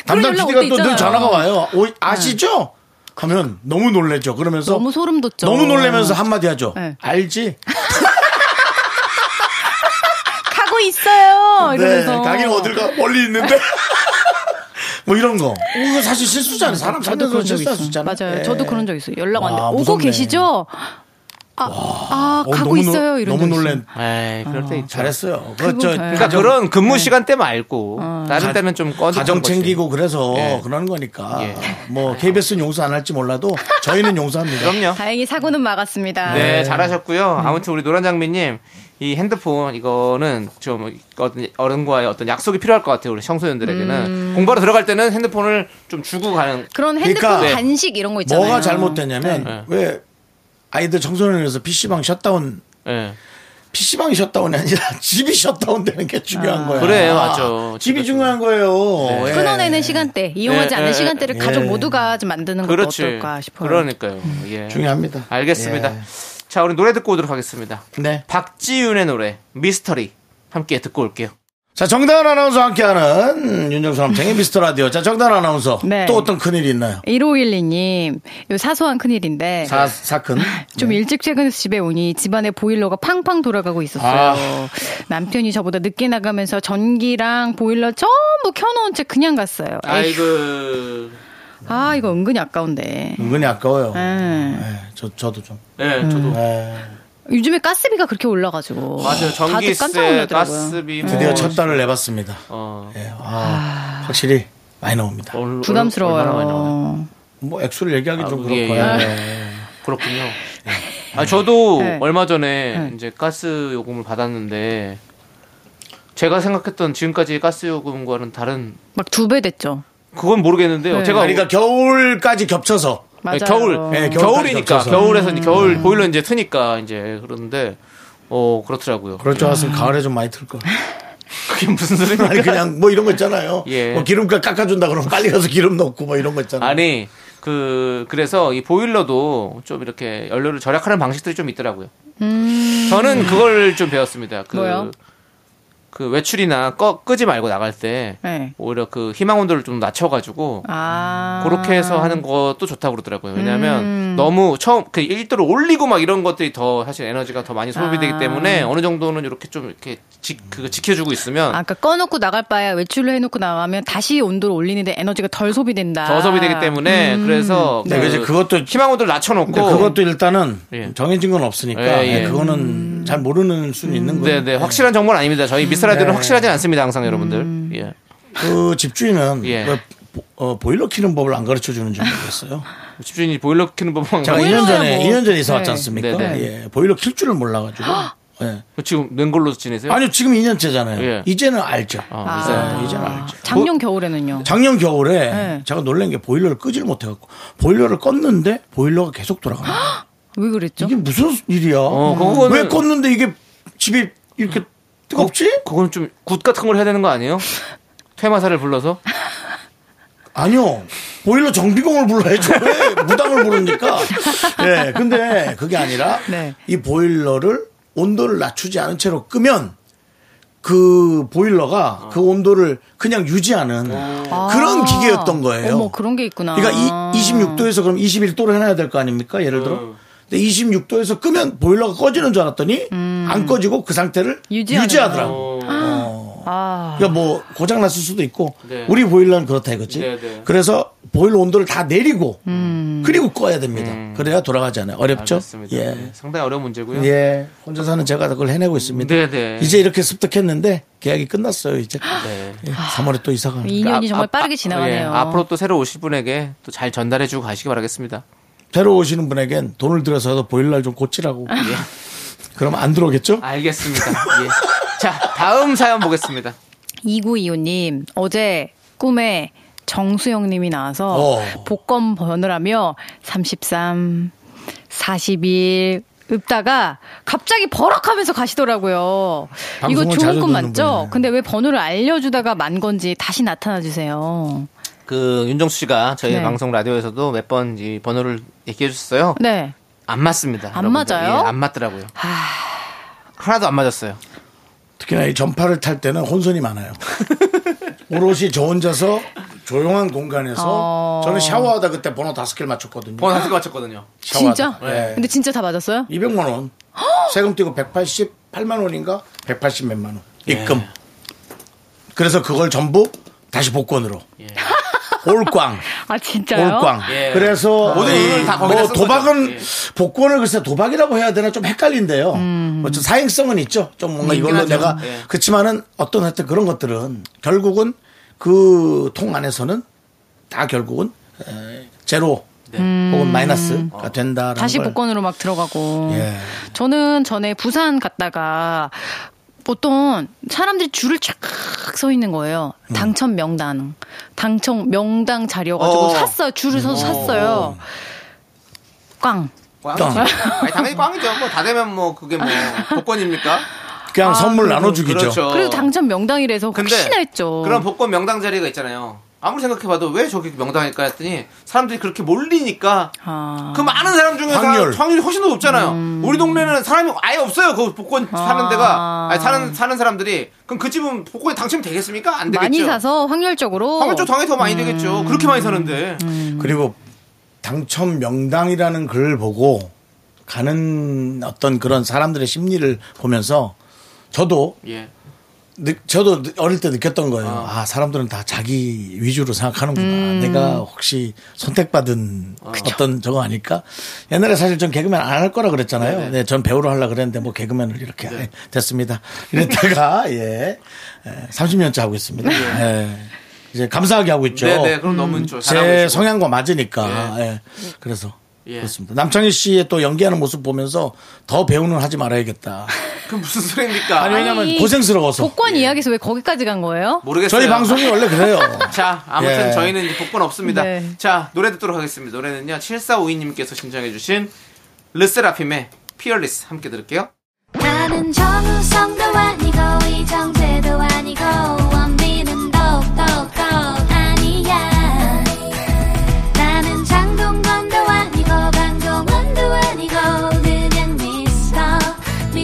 담당 연락 PD가 올때 또 늘 있잖아요. 네. 전화가 와요. 오, 아시죠? 하면 너무 놀랬죠. 그러면서 너무 소름 돋죠. 너무 놀래면서 한마디 하죠. 네. 알지? 가고 있어요. 아, 이러면서 네, 가긴 어딜 가 멀리 있는데. 뭐 이런 거. 이거 사실 실수잖아요. 사람 음, 저도 살면서 그런 적 실수할 있어요. 수 있잖아요. 맞아요. 예. 저도 그런 적 있어요. 연락 왔는데 와, 오고 무섭네. 계시죠? 아, 아 어, 가고 너무 있어요. 음. 놀- 이런 너무 거 있어요. 놀란. 에이, 그럴 때 있죠. 잘했어요. 그렇죠. 아, 그러니까 그런 네. 근무 시간 때 말고 어. 어. 다른 가- 때는 좀 꺼져. 뭐 가정 챙기고 그래서 예. 그러는 거니까 예. 뭐 KBS는 용서 안 할지 몰라도 저희는 용서합니다. 그럼요. 다행히 사고는 막았습니다. 네, 잘하셨고요. 아무튼 우리 노란 장미님 이 핸드폰 이거는 좀 어떤 어른과의 어떤 약속이 필요할 것 같아요. 우리 청소년들에게는 공부하러 들어갈 때는 핸드폰을 좀 주고 가는. 그런 핸드폰 그러니까 네. 간식 이런 거 있잖아요. 뭐가 잘못됐냐면 네. 왜 아이들 청소년에서 PC방 셧다운 예. PC방이 셧다운이 아니라 집이 셧다운 되는 게 중요한 거예요. 아. 그래, 맞죠. 집이 집에서. 중요한 거예요. 예. 끊어내는 시간대, 이용하지 네, 않는 네, 시간대를 네. 가족 예. 모두가 좀 만드는 것도 그렇지. 어떨까 싶어요. 그러니까요. 음. 예. 중요합니다. 알겠습니다. 예. 자, 우리 노래 듣고 오도록 하겠습니다. 네. 박지윤의 노래 미스터리 함께 듣고 올게요. 자, 정다은 아나운서와 함께하는 윤정수 남창의 미스터 라디오. 자, 정다은 아나운서. 네. 또 어떤 큰일이 있나요? 1512님, 요 사소한 큰일인데. 사, 사큰. 좀 네. 일찍 퇴근해서 집에 오니 집안에 보일러가 팡팡 돌아가고 있었어요. 남편이 저보다 늦게 나가면서 전기랑 보일러 전부 켜놓은 채 그냥 갔어요. 에이, 아이고. 아 이거 은근히 아까운데. 은근히 아까워요. 예. 예, 저, 저도 좀. 예, 저도. 예. 요즘에 가스비가 그렇게 올라가지고 맞아요. 다들 깜짝 전기세, 놀라더라고요. 가스비. 네. 뭐. 음. 드디어 첫 달을 내봤습니다. 어. 예, 아, 확실히 많이 나옵니다. 얼- 얼- 얼마나 많이 나오나요? 부담스러워요. 뭐 액수를 얘기하기 아, 좀 예, 그렇고요. 예. 예. 그렇군요. 아, 저도 네. 얼마 전에 이제 가스 요금을 받았는데 제가 생각했던 지금까지 가스 요금과는 다른 막 두 배 됐죠. 그건 모르겠는데요. 네. 제가 그러니까 겨울까지 겹쳐서 네, 맞아요. 네. 겨울 예, 겨울까지 겨울이니까 겹쳐서. 겨울에서 음. 이제 겨울 보일러 이제 트니까 이제 그런데 어 그렇더라고요. 그럴 줄 알았으면 가을에 좀 많이 틀 걸. 그게 무슨 소리입니까? 아니 그냥 뭐 이런 거 있잖아요. 예. 뭐 기름값 깎아준다 그러면 빨리 가서 기름 넣고 뭐 이런 거 있잖아요. 아니 그 그래서 이 보일러도 좀 이렇게 연료를 절약하는 방식들이 좀 있더라고요. 저는 그걸 좀 배웠습니다. 그, 음. 뭐요? 그 외출이나 꺼, 끄지 말고 나갈 때 네. 오히려 그 희망 온도를 좀 낮춰가지고 아 그렇게 해서 하는 것도 좋다고 그러더라고요. 왜냐하면 너무 처음 그 1도를 올리고 막 이런 것들이 더 사실 에너지가 더 많이 소비되기 아. 때문에 어느 정도는 이렇게 좀 이렇게 지, 그 지켜주고 있으면 아까 꺼놓고 나갈 바야 외출을 해놓고 나가면 다시 온도를 올리는데 에너지가 덜 소비된다. 음. 더 소비되기 때문에 그래서 네, 그래서 그것도 희망 온도를 낮춰놓고 근데 그것도 일단은 예. 정해진 건 없으니까 예, 예. 예, 그거는 잘 모르는 수는 있는 거예요. 네네 확실한 정보는 아닙니다. 음, 저희 네. 미스라디오는 확실하지 않습니다. 항상 여러분들. 예. 그 집주인은 예. 왜 보- 어, 보일러 키는 법을 안 가르쳐 주는지 모르겠어요. 집주인이 보일러 켜는 법만 제가 가지고 2년 전에 뭐- 2년 전에 이사 네. 왔지 않습니까? 네, 예, 보일러 킬 줄을 몰라가지고. 예. 지금 맹걸로 지내세요? 아니요 지금 2년째잖아요. 예. 이제는 알죠. 아, 예, 이제는 알죠. 작년 겨울에는요. 작년 겨울에 네. 제가 놀란 게 보일러를 끄질 못해갖고 보일러를 껐는데 보일러가 계속 돌아가요. 왜 그랬죠? 이게 무슨 일이야? 음. 어, 그거는- 왜 껐는데 이게 집이 이렇게 뜨겁지? 그건 좀 굿 같은 걸 해야 되는 거 아니에요? 퇴마사를 불러서 아니요. 보일러 정비공을 불러야죠. 왜 무당을 부릅니까? 예. 근데 그게 아니라 네. 이 보일러를 온도를 낮추지 않은 채로 끄면 그 보일러가 그 온도를 그냥 유지하는 그런 기계였던 거예요. 아. 어머 그런 게 있구나. 그러니까 이, 26도에서 그럼 21도로 해놔야 될 거 아닙니까? 예를 들어. 근데 26도에서 끄면 보일러가 꺼지는 줄 알았더니 안 꺼지고 그 상태를 음. 유지하는 유지하더라고. 어. 아. 그러니까 뭐 고장 났을 수도 있고 네. 우리 보일러는 그렇다 이거지. 네, 네. 그래서 보일러 온도를 다 내리고 음. 그리고 꺼야 됩니다. 그래야 돌아가지 않아요. 어렵죠? 음. 알겠습니다. 네, 예. 상당히 어려운 문제고요. 예. 혼자 사는 제가 그걸 해내고 있습니다. 네, 네. 이제 이렇게 습득했는데 계약이 끝났어요, 이제. 네. 예, 3월에 또 이사 가는. 2년이 아, 정말 아, 빠르게 아, 지나가네요. 예. 앞으로 또 새로 오실 분에게 또 잘 전달해주고 가시기 바라겠습니다. 새로 오시는 분에겐 돈을 들여서라도 보일러를 좀 고치라고. 그럼 안 들어오겠죠? 알겠습니다. 예. 자 다음 사연 보겠습니다. 2925님, 어제 꿈에 정수영님이 나와서 어. 복권 번호라며 33, 41, 읊다가 갑자기 버럭 하면서 가시더라고요. 이거 방송을 자주 좋은 꿈 듣는 맞죠? 분이네. 근데 왜 번호를 알려주다가 만 건지 다시 나타나 주세요. 그 윤정수 씨가 저희 네. 방송 라디오에서도 몇 번 이 번호를 얘기해 주셨어요. 네. 안 맞습니다. 안 여러분들. 맞아요? 예, 안 맞더라고요. 하나도 안 맞았어요. 특히나 이 전파를 탈 때는 혼선이 많아요. 오롯이 저 혼자서 조용한 공간에서 어. 저는 샤워하다 그때 번호 다섯 개를 맞췄거든요. 번호 다섯 개 맞췄거든요. 샤워하다. 진짜? 네. 예. 근데 진짜 다 맞았어요? 200만 원. 세금 떼고 188만 원인가? 180 몇만 원. 입금. 그래서 그걸 전부 다시 복권으로. 올꽝. 아 진짜요? 올꽝. 예. 그래서 모든 의논을 다 그렇죠. 거기다 뭐 쓴 도박은 거죠. 예. 복권을 글쎄 도박이라고 해야 되나 좀 헷갈린데요. 뭐좀 사행성은 있죠. 좀 뭔가 음, 있긴 이걸로 하죠. 내가 예. 그렇지만은 어떤 하여튼 그런 것들은 결국은 그 통 안에서는 다 결국은 에, 제로 네. 혹은 마이너스가 어. 된다라는 다시 걸. 복권으로 막 들어가고. 예. 저는 전에 부산 갔다가 보통 사람들이 줄을 쫙 서 있는 거예요. 당첨 명당. 당첨 명당 자리여가지고 어. 샀어요. 줄을 서서 샀어요. 꽝. 꽝. 꽝. 아니, 당연히 꽝이죠. 뭐 다 되면 뭐 그게 뭐 복권입니까? 그냥 선물 나눠주기죠. 그렇죠. 그리고 당첨 명당이라서 혹시나 했죠. 그런 복권 명당 자리가 있잖아요. 아무리 생각해봐도 왜 저기 명당일까 했더니 사람들이 그렇게 몰리니까 아. 그 많은 사람 중에서 확률. 확률이 훨씬 더 높잖아요. 음. 우리 동네는 사람이 아예 없어요. 그 복권 사는 데가 아니, 사는 사는 사람들이 그럼 그 집은 복권에 당첨되겠습니까? 안 되겠죠. 많이 사서 음. 확률적으로. 하면 좀 당연히 더 많이 되겠죠. 그렇게 많이 사는데 음. 그리고 당첨 명당이라는 글을 보고 가는 어떤 그런 사람들의 심리를 보면서 저도 예. 느- 저도 느- 어릴 때 느꼈던 거예요. 아 사람들은 다 자기 위주로 생각하는구나. 내가 혹시 선택받은 아. 어떤 저거 아닐까? 옛날에 사실 전 개그맨 안 할 거라 그랬잖아요. 네네. 네. 네, 전 배우로 하려 그랬는데 뭐 개그맨을 이렇게 아이, 됐습니다. 이랬다가 예, 30년째 하고 있습니다. 예. 이제 감사하게 하고 있죠. 네. 네네 그럼 너무 좋죠. 잘하고 제 계시고. 성향과 맞으니까. 예. 그래서 예. 그렇습니다. 남창희 씨의 또 연기하는 모습 보면서 더 배우는 하지 말아야겠다. 그 무슨 소리입니까? 아니, 왜냐면 아니, 고생스러워서. 복권 이야기에서 왜 거기까지 간 거예요? 모르겠어요. 저희 방송이 원래 그래요. 자, 아무튼 예. 저희는 이제 복권 없습니다. 네. 자, 노래 듣도록 하겠습니다. 노래는요, 7452님께서 신청해주신 르세라핌의 피어리스 함께 들을게요. 나는 정우성도 아니고 이정재도 아니고 원빈은 더욱더 아니야 나는 장동건도 아니고 방종원도 아니고 그냥 미스터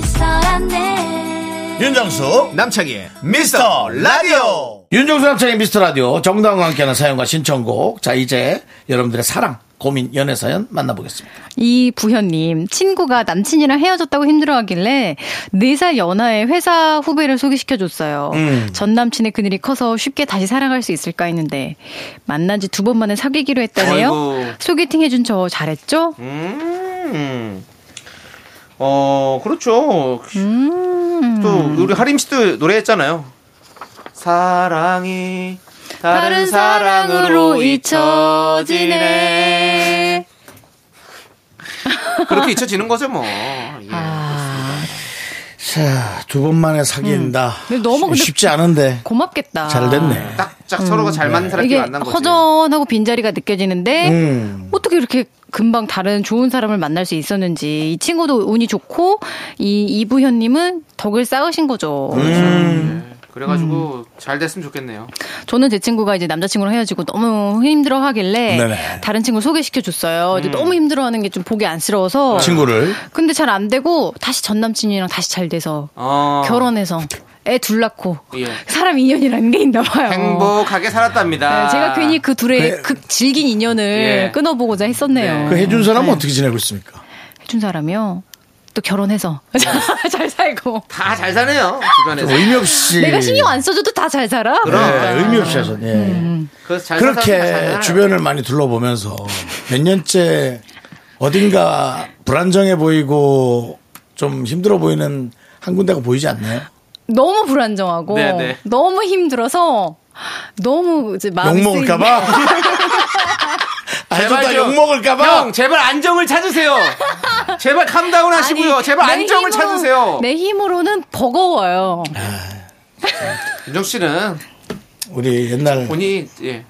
미스터란데 윤정수 남창희의 미스터 라디오 윤종수 남창의 미스터 라디오 정다운과 함께하는 사연과 신청곡. 자, 이제 여러분들의 사랑, 고민, 연애 사연 만나보겠습니다. 이 부현님 친구가 남친이랑 헤어졌다고 힘들어하길래 4살 연하의 회사 후배를 소개시켜줬어요. 음. 전 남친의 그늘이 커서 쉽게 다시 사랑할 수 있을까 했는데 만난 지 두 번 만에 사귀기로 했다네요. 아이고. 소개팅 해준 저 잘했죠? 음, 어, 그렇죠. 음. 또, 우리 하림 씨도 노래했잖아요. 사랑이 다른, 사랑으로 잊혀지네. 그렇게 잊혀지는 거죠, 뭐. 예. 아. 자, 두 번 만에 사귄다. 음. 근데 너무 근데- 아. 쉽지 않은데. 고맙겠다. 잘 됐네. 딱, 딱 서로가 잘 맞는 사람끼리 음. 이게 만난 거지. 허전하고 빈자리가 느껴지는데 음. 어떻게 이렇게 금방 다른 좋은 사람을 만날 수 있었는지 이 친구도 운이 좋고 이 이부현님은 덕을 쌓으신 거죠. 음. 네. 그래가지고 잘 됐으면 좋겠네요. 저는 제 친구가 이제 남자친구랑 헤어지고 너무 힘들어하길래 네네. 다른 친구 소개시켜 줬어요. 음. 근데 너무 힘들어하는 게 좀 보기 안쓰러워서. 아, 친구를. 근데 잘 안 되고 다시 전 남친이랑 다시 잘 돼서 어. 결혼해서 애 둘 낳고 예. 사람 인연이라는 게 있나 봐요. 행복하게 살았답니다. 네, 제가 괜히 그 둘의 그래. 극 질긴 인연을 아. 예. 끊어보고자 했었네요. 그 해준 사람은 어떻게 지내고 있습니까? 해준 사람이요. 또 결혼해서 네. 잘 살고 다 잘 사네요. 주변에서. 의미 예. 없이. 내가 신경 안 써줘도 다 잘 살아. 음. 네, 의미 없이 하셨네. 예. 그래서 잘 사는 사람들 잘 그렇게 살아요. 주변을 많이 둘러보면서 몇 년째 어딘가 불안정해 보이고 좀 힘들어 보이는 한 군데가 보이지 않나요? 너무 불안정하고 네, 네. 너무 힘들어서 너무 이제 마음이 욕 먹을까봐. 아, 제발 좀다 좀. 욕 먹을까봐. 형, 제발 안정을 찾으세요. 제발 캄다운 하시고요. 제발 뭐. 안정을 찾으세요. 내 힘으로는 버거워요. 윤정 씨는 우리 옛날 본인 예,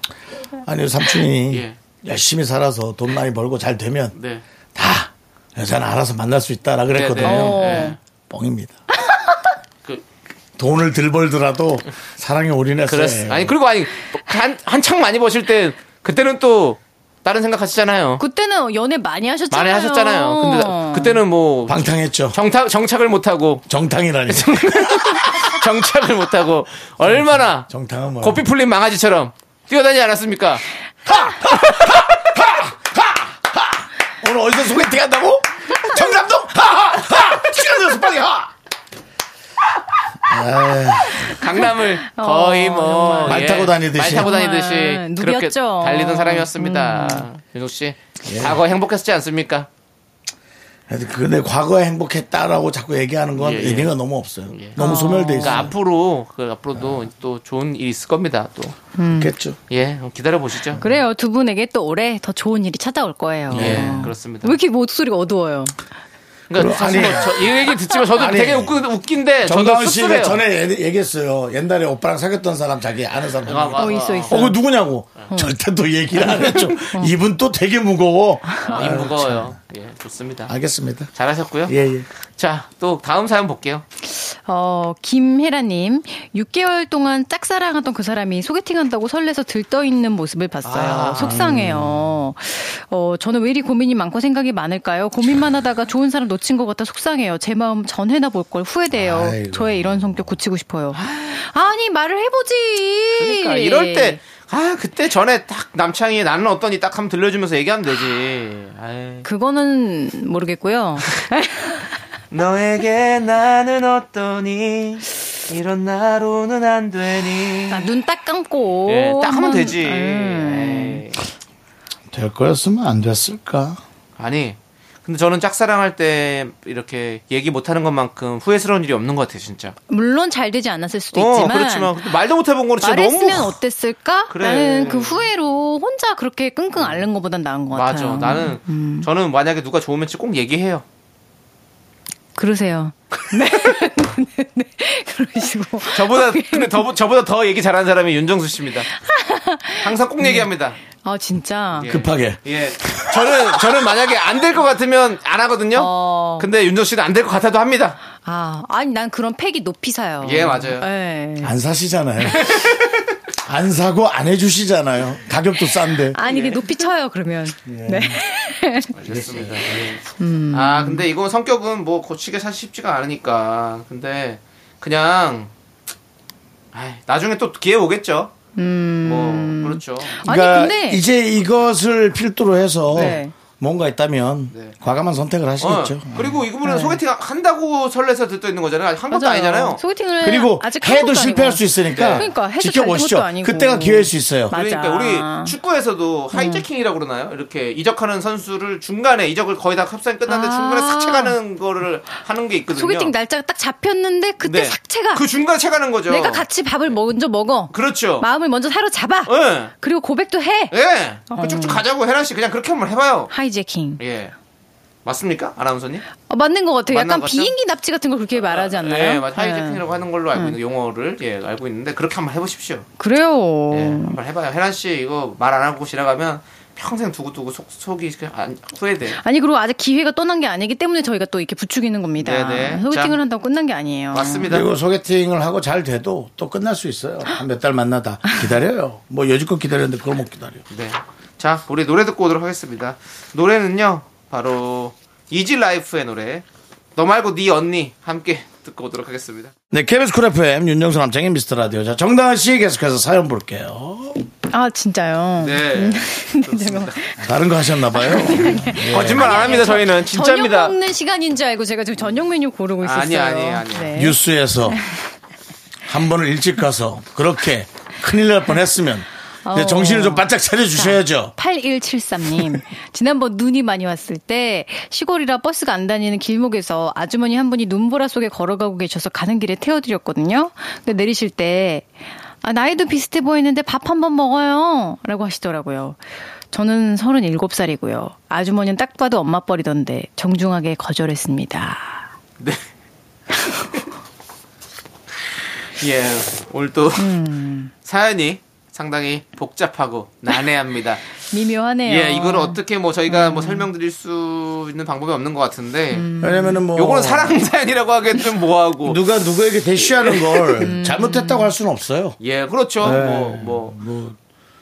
아니 삼촌이 예. 열심히 살아서 돈 많이 벌고 잘 되면 네, 다 여자는 알아서 만날 수 있다라 그랬거든요. 네, 네. 어. 예. 뻥입니다. 그- 돈을 들 벌더라도 사랑에 올인해서 그랬어. 해요. 아니 그리고 아니 한 한창 많이 버실 때 그때는 또 다른 생각하시잖아요. 그때는 연애 많이 하셨잖아요. 많이 하셨잖아요. 근데 나- 그때는 뭐 방탕했죠. 정착 정착을 못 하고 정탕이라니. 정착을 못 하고 얼마나 정탕은 뭐야? 고삐 풀린 망아지처럼 뛰어다니지 않았습니까? 오늘 어디서 소개팅 한다고? 정남동? 하하하! 시간 돼서 빨리 하! 강남을 어, 거의 뭐. 말 예, 타고 다니듯이. 말 타고 다니듯이. 정말 그렇게 누비였죠. 음. 달리던 사람이었습니다. 윤석 씨. 예. 과거 행복했지 않습니까? 근데 과거에 행복했다라고 자꾸 얘기하는 건 예, 예. 의미가 너무 없어요. 너무 소멸돼 그러니까 있어요. 앞으로, 그 앞으로도 또 좋은 일이 있을 겁니다. 또. 그렇겠죠. 예, 기다려보시죠. 그래요. 두 분에게 또 올해 더 좋은 일이 찾아올 거예요. 예, 그렇습니다. 네. 왜 이렇게 목소리가 어두워요? 그러니까 그럼- 사실 아니. 뭐 저- 이 얘기 듣지만 저도 아니. 되게 웃긴, 웃긴데 예, 저도 정다은 씨가 씁쓸해요. 전에 얘- 얘기했어요. 옛날에 오빠랑 사귀었던 사람 자기 아는 사람. 아, 아, 어, 있어, 있어. 어, 그 누구냐고. 절대 또 얘기를 안 했죠. 이분 또 되게 무거워. 어. 아, 이 무거워요. 예, 좋습니다. 알겠습니다. 잘하셨고요. 예, 예. 자, 또 다음 사연 볼게요. 어, 김혜라님, 6개월 동안 짝사랑하던 그 사람이 소개팅한다고 설레서 들떠 있는 모습을 봤어요. 아. 속상해요. 어, 저는 왜 이리 고민이 많고 생각이 많을까요? 고민만 하다가 좋은 사람 놓친 것 같아 속상해요. 제 마음 전해나 볼 걸 후회돼요. 아이고. 저의 이런 성격 고치고 싶어요. 아니, 말을 해보지. 그러니까 이럴 때, 아, 그때 전에 딱 남창이 나는 어떠니 딱 한번 들려주면서 얘기하면 되지. 아이. 그거는 모르겠고요. 너에게 나는 어떠니 이런 나로는 안 되니. 눈 딱 감고. 예, 딱 하면 되지. 예. 음. 에이. 될 거였으면 안 됐을까? 아니. 근데 저는 짝사랑할 때 이렇게 얘기 못하는 것만큼 후회스러운 일이 없는 것 같아요, 진짜. 물론 잘 되지 않았을 수도 어, 있지만. 그렇지만 근데 말도 못 해본 거는 진짜 너무 말했으면 어땠을까? 그래. 나는 그 후회로 혼자 그렇게 끙끙 앓는 것보단 나은 것 맞아. 같아요. 음, 나는 저는 만약에 누가 좋으면 꼭 얘기해요. 그러세요. 네. 네, 네. 그러시고. 저보다 근데 더, 저보다 더 얘기 잘하는 사람이 윤정수 씨입니다. 항상 꼭 얘기합니다. 아 진짜. 예. 급하게. 예. 저는 저는 만약에 안 될 것 같으면 안 하거든요. 어. 근데 윤정 씨는 안 될 것 같아도 합니다. 아 아니 난 그런 팩이 높이 사요. 예, 맞아요. 예. 안 사시잖아요. 안 사고 안 해주시잖아요. 가격도 싼데. 아니 그 높이 쳐요 그러면. 예. 네. 알겠습니다. 음. 아 근데 이거 성격은 뭐 고치기 사실 쉽지가 않으니까. 근데 그냥 아이, 나중에 또 기회 오겠죠. 음. 뭐 그렇죠. 아니 근데 그러니까 이제 이것을 필두로 해서 네. 뭔가 있다면 네. 과감한 선택을 어, 그렇죠. 하시겠죠. 음. 그리고 이분은 소개팅 한다고 설레서 듣고 있는 거잖아요. 아직 한 것도 네. 맞아요. 아니잖아요. 소개팅을 그리고 네, 아직 한 해도 것도 실패할 아니고. 수 있으니까 그러니까 해도 잘된 것도 지켜보시죠. 아니고. 그때가 기회일 수 있어요. 맞아. 그러니까 우리 축구에서도 하이제킹이라고 그러나요? 이렇게 이적하는 선수를 중간에 이적을 거의 다 합산 끝났는데 아. 중간에 싹 채가는 거를 하는 게 있거든요. 소개팅 날짜가 딱 잡혔는데 그때 네. 삭제가 그 중간에 채가는 거죠. 내가 같이 밥을 먼저 먹어. 그렇죠. 마음을 어. 먼저 사로잡아. 예. 그리고 고백도 해. 예. 그 쭉쭉 가자고 혜란 씨 그냥 그렇게 한번 해봐요. 하이제킹. 예. 맞습니까? 아나운서님? 어, 맞는 것 같아요. 맞는 약간 것 같죠? 비행기 납치 같은 걸 그렇게 말하지 않나요? 예, 맞 네. 하이제킹이라고 하는 걸로 알고 있는 용어를 예, 알고 있는데 그렇게 한번 해보십시오. 그래요. 예, 한번 해봐요. 혜란 씨 이거 말 안 하고 지나가면 평생 두고두고 속, 속이 그냥 안, 후회돼. 아니 그리고 아직 기회가 떠난 게 아니기 때문에 저희가 또 이렇게 부추기는 겁니다. 네네. 소개팅을 자. 한다고 끝난 게 아니에요. 맞습니다. 그리고 소개팅을 하고 잘 돼도 또 끝날 수 있어요. 한 몇 달 만나다 기다려요. 뭐 여지껏 기다렸는데 그걸 못 기다려. 네. 자, 우리 노래 듣고 오도록 하겠습니다. 노래는요, 바로 이지 라이프의 노래. 너 말고 네 언니 함께 듣고 오도록 하겠습니다. 네, KBS 쿨 FM 윤정수 남창의 미스터 라디오. 자, 정다은 씨 계속해서 사연 볼게요. 아 진짜요. 뭐. 네. 그렇습니다. 다른 거 하셨나 봐요. 거짓말 안 합니다, 저희는. 진짜입니다. 저녁 먹는 시간인 줄 알고 제가 지금 저녁 메뉴 고르고 있었어요. 네. 아니, 아니, 아니. 뉴스에서 한 번을 일찍 가서 그렇게 큰일 날 뻔했으면 이제 어. 정신을 좀 바짝 차려 주셔야죠. 8173님. 지난번 눈이 많이 왔을 때 시골이라 버스가 안 다니는 길목에서 아주머니 한 분이 눈보라 속에 걸어가고 계셔서 가는 길에 태워드렸거든요. 근데 내리실 때, 아, 나이도 비슷해 보이는데 밥 한 번 먹어요. 라고 하시더라고요. 저는 37살이고요. 아주머니는 딱 봐도 엄마 뻘이던데 정중하게 거절했습니다. 네. 예, 오늘 또 사연이 상당히 복잡하고 난해합니다. 미묘하네요. 예, 이거를 아. 어떻게 뭐 저희가 음. 뭐 설명드릴 수 있는 방법이 없는 것 같은데. 음. 왜냐면은 뭐 요거는 사랑 사연이라고 하기엔 좀 뭐하고. 누가 누구에게 대쉬하는 걸 잘못했다고 할 수는 없어요. 예, 그렇죠. 네. 뭐, 뭐.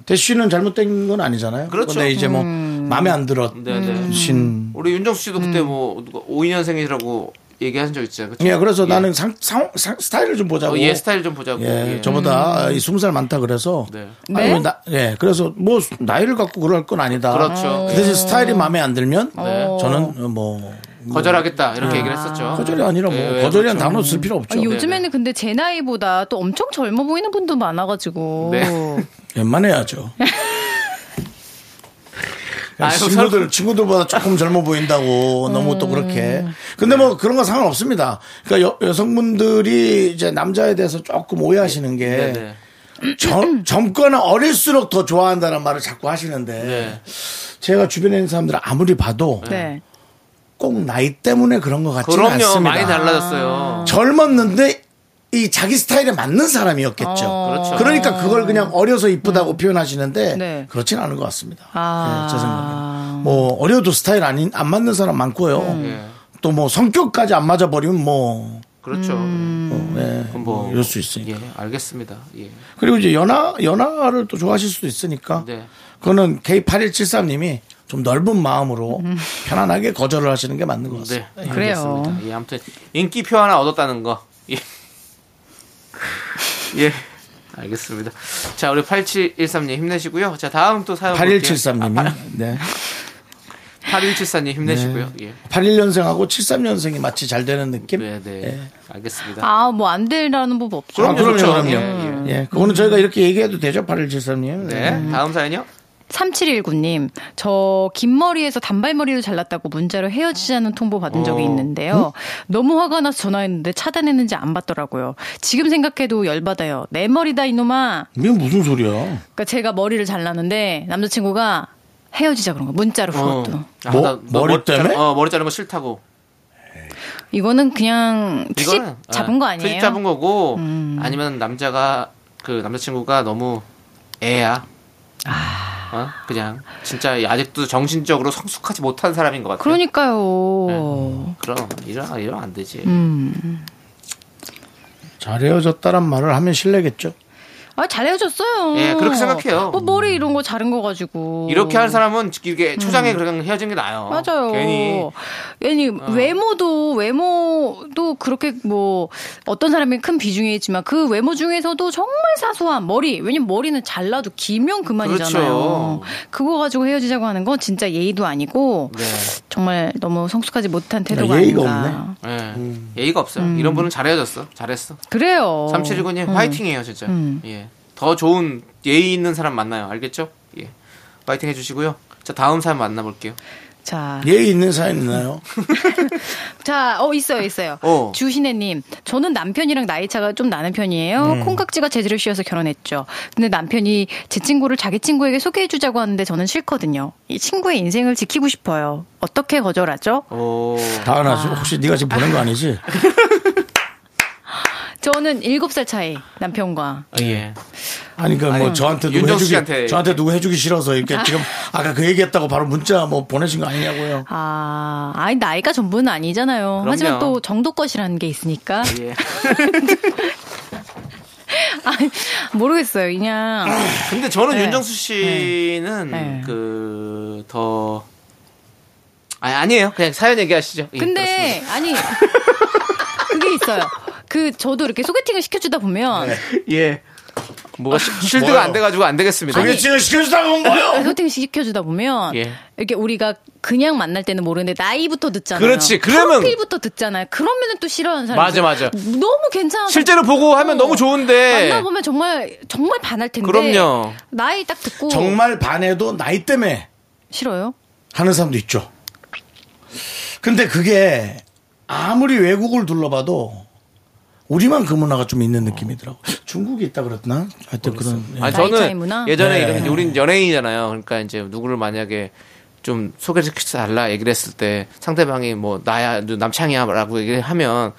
대쉬는 잘못된 건 아니잖아요. 그렇죠. 근데 이제 뭐 마음에 안 네, 네. 들었신. 우리 윤정수 씨도 그때 뭐, 누가 52년생이라고 얘기하신 적 있잖아요. 그쵸? 예, 그래서 예. 나는 상, 상, 상- 스타일을 좀 보자고. 어, 예, 스타일 좀 보자고. 예, 저보다 이 스무 살 많다 그래서. 네. 아니, 네? 나- 예, 그래서 뭐 나이를 갖고 그럴 건 아니다. 그렇죠. 그 대신 스타일이 마음에 안 들면 네. 저는 뭐, 뭐 거절하겠다 이렇게 얘기를 했었죠. 거절이 아니라 뭐 예, 예, 거절이란 그렇죠. 단어 쓸 필요 없죠. 아, 요즘에는 근데 제 나이보다 또 엄청 젊어 보이는 분도 많아가지고. 네. 웬만해야죠. 아이고, 친구들 친구들보다 조금 젊어 보인다고 너무 또 그렇게. 음. 근데 뭐 그런 건 상관없습니다. 그러니까 여, 성분들이 이제 남자에 대해서 조금 오해하시는 게 네네. 젊, 젊거나 어릴수록 더 좋아한다는 말을 자꾸 하시는데 네. 제가 주변에 있는 사람들을 아무리 봐도 네. 꼭 나이 때문에 그런 것 같지는 그럼요. 않습니다. 아. 많이 달라졌어요. 젊었는데 이 자기 스타일에 맞는 사람이었겠죠. 그렇죠. 그러니까 그걸 그냥 어려서 이쁘다고 표현하시는데 네. 그렇진 않은 것 같습니다. 아. 네, 제 생각에. 뭐 어려도 스타일 아닌 안 맞는 사람 많고요. 또 뭐 성격까지 안 맞아 버리면 뭐 그렇죠. 어, 예, 그럼 뭐 이럴 수 있으니까. 예, 알겠습니다. 예. 그리고 이제 연하 연하를 또 좋아하실 수도 있으니까. 네. 그거는 K8173님이 좀 넓은 마음으로 편안하게 거절을 하시는 게 맞는 것 네. 같습니다. 그래요. 알겠습니다. 예, 아무튼 인기표 하나 얻었다는 거. 예. 예. 알겠습니다. 자, 우리 8713님 힘내시고요. 자, 다음 또 사연 아, 8173님이 네. 8174님 힘내시고요. 예. 81년생하고 73년생이 마치 잘 되는 느낌? 네, 네. 예. 알겠습니다. 아, 뭐 안 되라는 법 없죠. 아, 그럼요, 그렇죠. 그럼요. 예, 예, 그거는 저희가 이렇게 얘기해도 되죠, 8173님. 네. 다음 사연이요? 3719님, 저 긴 머리에서 단발머리로 잘랐다고 문자로 헤어지자는 통보 받은 적이 어. 있는데요. 너무 화가 나서 전화했는데 차단했는지 안 받더라고요. 지금 생각해도 열받아요. 내 머리다, 이놈아. 이게 무슨 소리야? 그러니까 제가 머리를 잘랐는데 남자친구가 헤어지자 그런 거 문자로 그것도 아, 뭐, 나- 나 머리 때문에? 자르, 어, 머리 자르는 거 싫다고. 이거는 그냥 트집 이거는, 잡은 아, 거 아니에요? 음. 트집 잡은 거고 아니면 남자가 그 남자친구가 너무 애야. 아. 어? 그냥 진짜 아직도 정신적으로 성숙하지 못한 사람인 것 같아. 그러니까요. 그럼 이러 이러면 안 되지. 음. 잘 헤어졌다란 말을 하면 실례겠죠. 아, 잘 헤어졌어요. 예, 그렇게 생각해요. 뭐 머리 이런 거 자른 거 가지고. 이렇게 하는 사람은 이게 초장에 그냥 헤어진 게 나아요. 음. 맞아요. 괜히 어. 괜히 외모도 외모도 그렇게 뭐 어떤 사람이 큰 비중이 있지만 그 외모 중에서도 정말 사소한 머리. 왜냐면 머리는 잘라도 길면 그만이잖아요. 그렇죠. 그거 가지고 헤어지자고 하는 건 진짜 예의도 아니고 네. 정말 너무 성숙하지 못한 태도가 야, 예의가 아닌가. 없네. 예. 예의가 없어요. 음. 이런 분은 잘 헤어졌어. 잘했어. 그래요. 음. 3719님 화이팅이에요 진짜. 예. 더 좋은 예의 있는 사람 만나요. 알겠죠? 예. 파이팅 해주시고요. 자 다음 사람 만나볼게요. 자, 예의 있는 사연 있나요? 자, 어 있어요, 있어요. 어. 주신혜님, 저는 남편이랑 나이 차가 좀 나는 편이에요. 콩깍지가 제대로 씌어서 결혼했죠. 근데 남편이 제 친구를 자기 친구에게 소개해주자고 하는데 저는 싫거든요. 이 친구의 인생을 지키고 싶어요. 어떻게 거절하죠? 오. 다은아, 씨, 혹시 네가 지금 보낸 거 아니지? 저는 7살 차이 남편과. 예. 아니, 그러니까 뭐 아니, 저한테 누구 윤정수 해주기, 씨한테. 저한테 누구 해주기 싫어서 이렇게 지금 아까 그 얘기했다고 바로 문자 뭐 보내신 거 아니냐고요. 아, 아니 나이가 전부는 아니잖아요. 하지만 또 정도 것이라는 게 있으니까. 예. 아니, 모르겠어요. 그냥 근데 저는 네. 윤정수 씨는 그, 네. 그더 아니 아니에요. 그냥 사연 얘기하시죠. 예, 근데 아니 그게 있어요. 그 저도 이렇게 소개팅을 시켜주다 네. 보면 그렇습니다. 예. 뭐가 시- 뭐요? 실드가 안 돼가지고 안 되겠습니다. 그게 지금 시켜주다가 온 아, 거예요? 소개팅을 시켜주다 보면 예. 이렇게 우리가 그냥 만날 때는 모르는데 나이부터 듣잖아요. 그렇지. 그러면- 프로필부터 듣잖아요. 그러면은 또 싫어하는 사람. 맞아, 맞아. 너무 괜찮아. 실제로 보고 하면 너무 좋은데. 만나보면 정말 정말 반할 텐데. 그럼요. 나이 딱 듣고 정말 반해도 나이 때문에 싫어요. 하는 사람도 있죠. 근데 그게 아무리 외국을 둘러봐도 우리만 그 문화가 좀 있는 느낌이더라고. 중국이 있다 그랬나? 하여튼 그런. 예. 어. 아니 음. 나이 차이 저는 문화? 예전에 네. 이런 이제 우린 연예인이잖아요. 그러니까 이제 누구를 만약에 좀 소개시켜달라 얘기를 했을 때 상대방이 뭐 나야 너 남창이야라고 얘기를 하면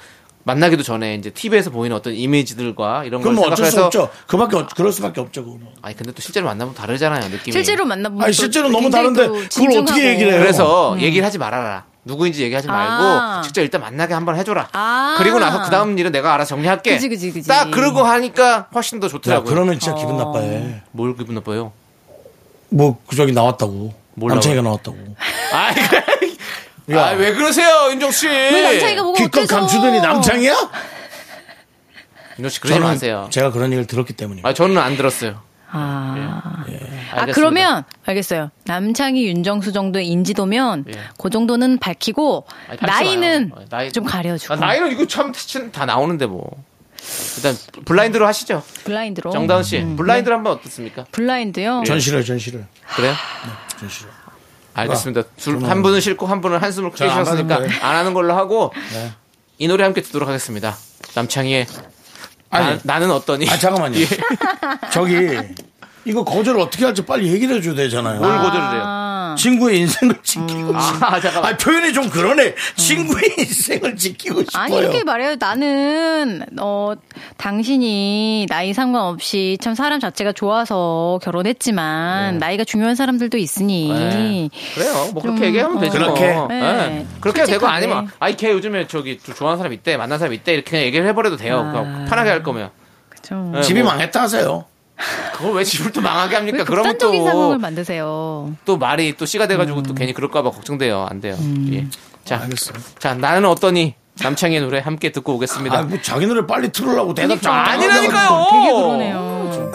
만나기도 전에 이제 TV에서 보이는 어떤 이미지들과 이런 걸 그럼 뭐 어쩔 수 생각해서 없죠. 그밖에 어- 그럴 수밖에 없죠. 그거는. 아니 근데 또 실제로 만나면 다르잖아요 느낌이. 실제로 음. 만나보면 아니, 또 실제로 너무 굉장히 다른데 또 그걸 진중하고. 어떻게 얘기를 해요? 그래서 얘기를 하지 말아라. 누구인지 얘기하지 말고 음. 아. 직접 일단 만나게 한번 해줘라. 아. 그리고 나서 그 다음 일은 내가 알아 서 정리할게. 그지, 그지, 그지. 딱 그러고 하니까 훨씬 더 야, 좋더라고요. 네, 그러면 진짜 어. 기분 나빠해. 뭘 기분 나빠요? 뭐, 그 저기 나왔다고. 몰라요. 남창이가 나왔다고. 어, 아이, 야. 아이, 왜 그러세요, 윤정 씨? 왜 남창이가 뭐- 보고 네. 기껏 어때서? 감추더니 그, 남창이야? 윤정 씨 그러지 마세요. 제가 그런 얘기를 들었기 때문에. 예. 아 저는 안 들었어요. 아, 아, 알겠습니다. 그러면 알겠어요. 남창희, 윤정수 정도의 인지도면 그 정도는 밝히고 예. 아니, 밝히지 나이는 마요. 나이- 좀 가려주고 아, 나이는 이거 참 대충 다 나오는데 뭐. 일단 블라인드로 하시죠. 블라인드로 정다은 씨, 음. 블라인드로 한번 어떻습니까? 예. 블라인드요. 전 싫어요, 전 싫어요. 그래요? 전 싫어요. 알겠습니다. 둘, 한 분은 싫고 한 분은 한숨을 크게 저안 쉬었으니까 하는 거예요. 안 하는 걸로 하고 네. 이 노래 함께 듣도록 하겠습니다. 남창희의 아니. 나, 는 어떠니? 아, 잠깐만요. 예. 저기, 이거 거절을 어떻게 할지 빨리 얘기를 해줘야 되잖아요. 뭘 고절을 해요? 친구의 인생을 지키고 싶어. 어. 아, 잠깐만. 음. 아, 표현이 좀 그러네. 친구의 인생을 지키고 싶어요. 아니 이렇게 말해요. 나는 어 당신이 나이 상관없이 참 사람 자체가 좋아서 예. 결혼했지만 나이가 중요한 사람들도 네. 있으니 그래요. 뭐 그렇게 좀, 얘기하면 어. 되죠. 그렇게? 뭐. 네. 예. 그렇게 되고 솔직하게. 아니면 아이 걔 요즘에 저기 좀 좋아하는 사람 있대, 만난 사람 있대 이렇게 그냥 얘기를 해버려도 돼요. 아. 그냥 편하게 할 거면. 그렇죠. 예, 네, 집이 뭐 망했다 하세요. 그걸 왜 집을 또 망하게 왜 합니까? 그러면 또 극단적인 상황을 또 만드세요. 말이 또 씨가 돼가지고 음. 또 괜히 그럴까봐 걱정돼요. 안 돼요. 음. 예. 자, 알겠어요. 자 나는 어떠니 남창의 노래 함께 듣고 오겠습니다. 아, 뭐 자기 노래 빨리 틀으려고 대답 좀 그러니까. 아니라니까요. 음. 되게 그러네요.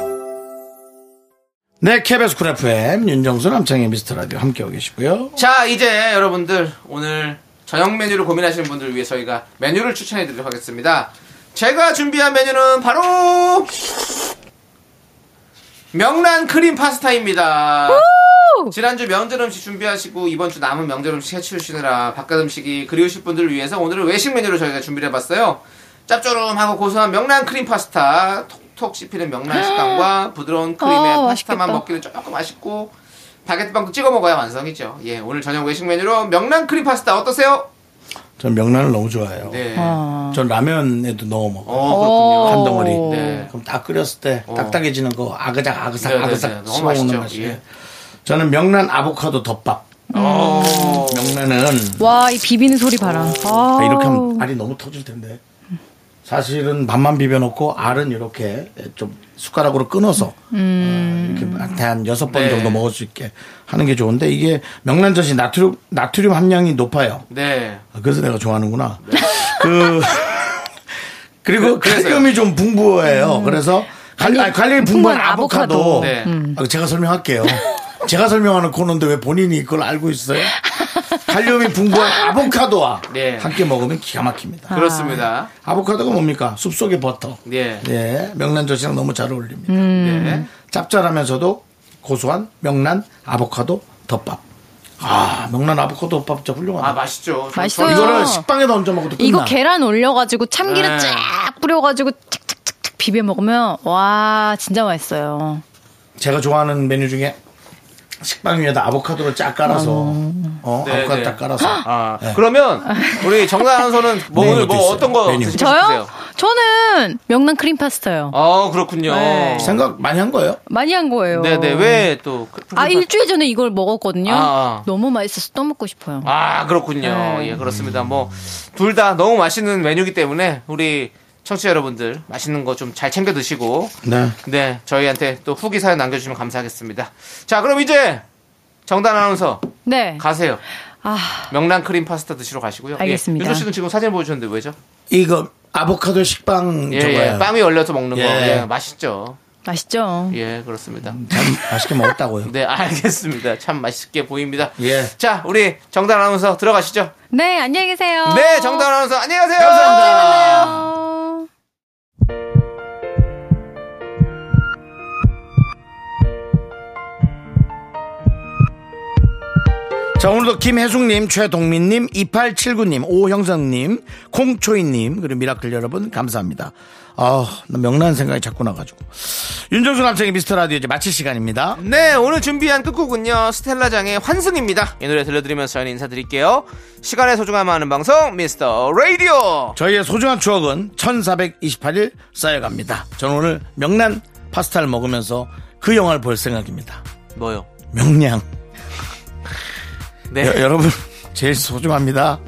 네, KBS 쿨 FM 윤정수 남창희 미스터 라디오 함께하고 계시고요. 자, 이제 여러분들 오늘 저녁 메뉴를 고민하시는 분들을 위해 저희가 메뉴를 추천해 드리도록 하겠습니다. 제가 준비한 메뉴는 바로 명란 크림 파스타입니다. 지난주 명절 음식 준비하시고 이번 주 남은 명절 음식 해치우시느라 바깥 음식이 그리우실 분들을 위해서 오늘은 외식 메뉴로 저희가 준비를 해봤어요. 짭조름하고 고소한 명란 크림 파스타, 톡톡 씹히는 명란 식감과 부드러운 크림의 아, 파스타만 맛있겠다. 먹기는 조금 아쉽고 바게트빵도 찍어 먹어야 완성이죠. 예, 오늘 저녁 외식 메뉴로 명란 크림 파스타 어떠세요? 전 명란을 너무 좋아해요. 네. 전 라면에도 넣어 먹어. 어, 한 그렇군요. 덩어리. 네. 그럼 다 끓였을 때 어. 딱딱해지는 거 아그작 아그삭 네, 네, 네. 아그삭 너무 씹어먹는 맛있죠. 맛이에요. 예. 저는 명란 아보카도 덮밥. 어. 명란은 와, 이 비비는 소리 봐라. 아, 아우. 이렇게 하면 알이 너무 터질 텐데. 사실은 밥만 비벼놓고 알은 이렇게 좀 숟가락으로 끊어서 이렇게 한- 한 여섯 번 네. 정도 먹을 수 있게 하는 게 좋은데 이게 명란젓이 나트륨 나트륨 함량이 높아요. 네. 아, 그래서 내가 좋아하는구나. 그 그리고 그- 그래서요. 칼륨이 좀 풍부해요. 그래서 칼, 아니, 칼륨이 풍부한 풍부한 아보카도. 아보카도. 네. 아, 제가 설명할게요. 제가 설명하는 코너인데 왜 본인이 그걸 알고 있어요? 칼륨이 풍부한 아보카도와 네. 함께 먹으면 기가 아. 막힙니다. 그렇습니다. 아보카도가 뭡니까? 숲속의 버터. 네. 예, 명란젓이랑 너무 잘 어울립니다. 음. 음. 네. 짭짤하면서도 고소한 명란 아보카도 덮밥. 아, 명란 아보카도 덮밥 진짜 훌륭하다. 아, 맛있죠. 저- 맛있어요. 저는- 이거를 식빵에 넣 얹어 먹어도 끝나. 이거 계란 올려가지고 참기름 네. 쫙 뿌려가지고 착착착착 비벼 먹으면 와 진짜 맛있어요. 제가 좋아하는 메뉴 중에 식빵 위에다 아보카도를 쫙 깔아서 어 네, 아보카도 네. 딱 깔아서 아, 그러면 우리 정다 아나운서는 뭐 네, 오늘 뭐 이것도 네. 있어요. 어떤 거 메뉴. 드시고 저요? 싶으세요? 저는 명란 크림 파스타요. 아, 그렇군요. 네. 생각 많이 한 거예요. 많이 한 거예요. 네, 네. 왜 또? 그- 아 일주일 전에 이걸 먹었거든요. 아, 아. 너무 맛있어서 또 먹고 싶어요. 아, 그렇군요. 네. 예, 그렇습니다. 뭐 둘 다 너무 맛있는 메뉴기 때문에 우리 청취자 여러분들 맛있는 거 좀 잘 챙겨 드시고 네. 네, 저희한테 또 후기 사연 남겨주시면 감사하겠습니다. 자, 그럼 이제 정단 아나운서 네. 가세요. 아 명란 크림 파스타 드시러 가시고요. 알겠습니다. 예, 유수 씨는 지금 사진 보여주셨는데 왜죠? 이거 아보카도 식빵 예, 저거예요. 예, 빵이 얼려서 먹는 거. 예. 예, 맛있죠. 맛있죠. 예, 그렇습니다. 참 맛있게 먹었다고요. 네, 알겠습니다. 참 맛있게 보입니다. 예. 자, 우리 정단 아나운서 들어가시죠. 네 안녕히 계세요. 네, 정단 아나운서 안녕히 가세요. 감사합니다. 어, 자 오늘도 김혜숙님, 최동민님, 2879님, 오형성님, 콩초이님 그리고 미라클 여러분 감사합니다. 아, 나 명란 생각이 자꾸 나가지고 윤정수 남성의 미스터 라디오 이제 마칠 시간입니다. 네, 오늘 준비한 끝곡은요. 스텔라장의 환승입니다. 이 노래 들려드리면서 저희는 인사드릴게요. 시간의 소중함 아는 방송 미스터 라디오. 저희의 소중한 추억은 1428일 쌓여갑니다. 저는 오늘 명란 파스타를 먹으면서 그 영화를 볼 생각입니다. 뭐요? 명량. 네. 여, 여러분 제일 소중합니다.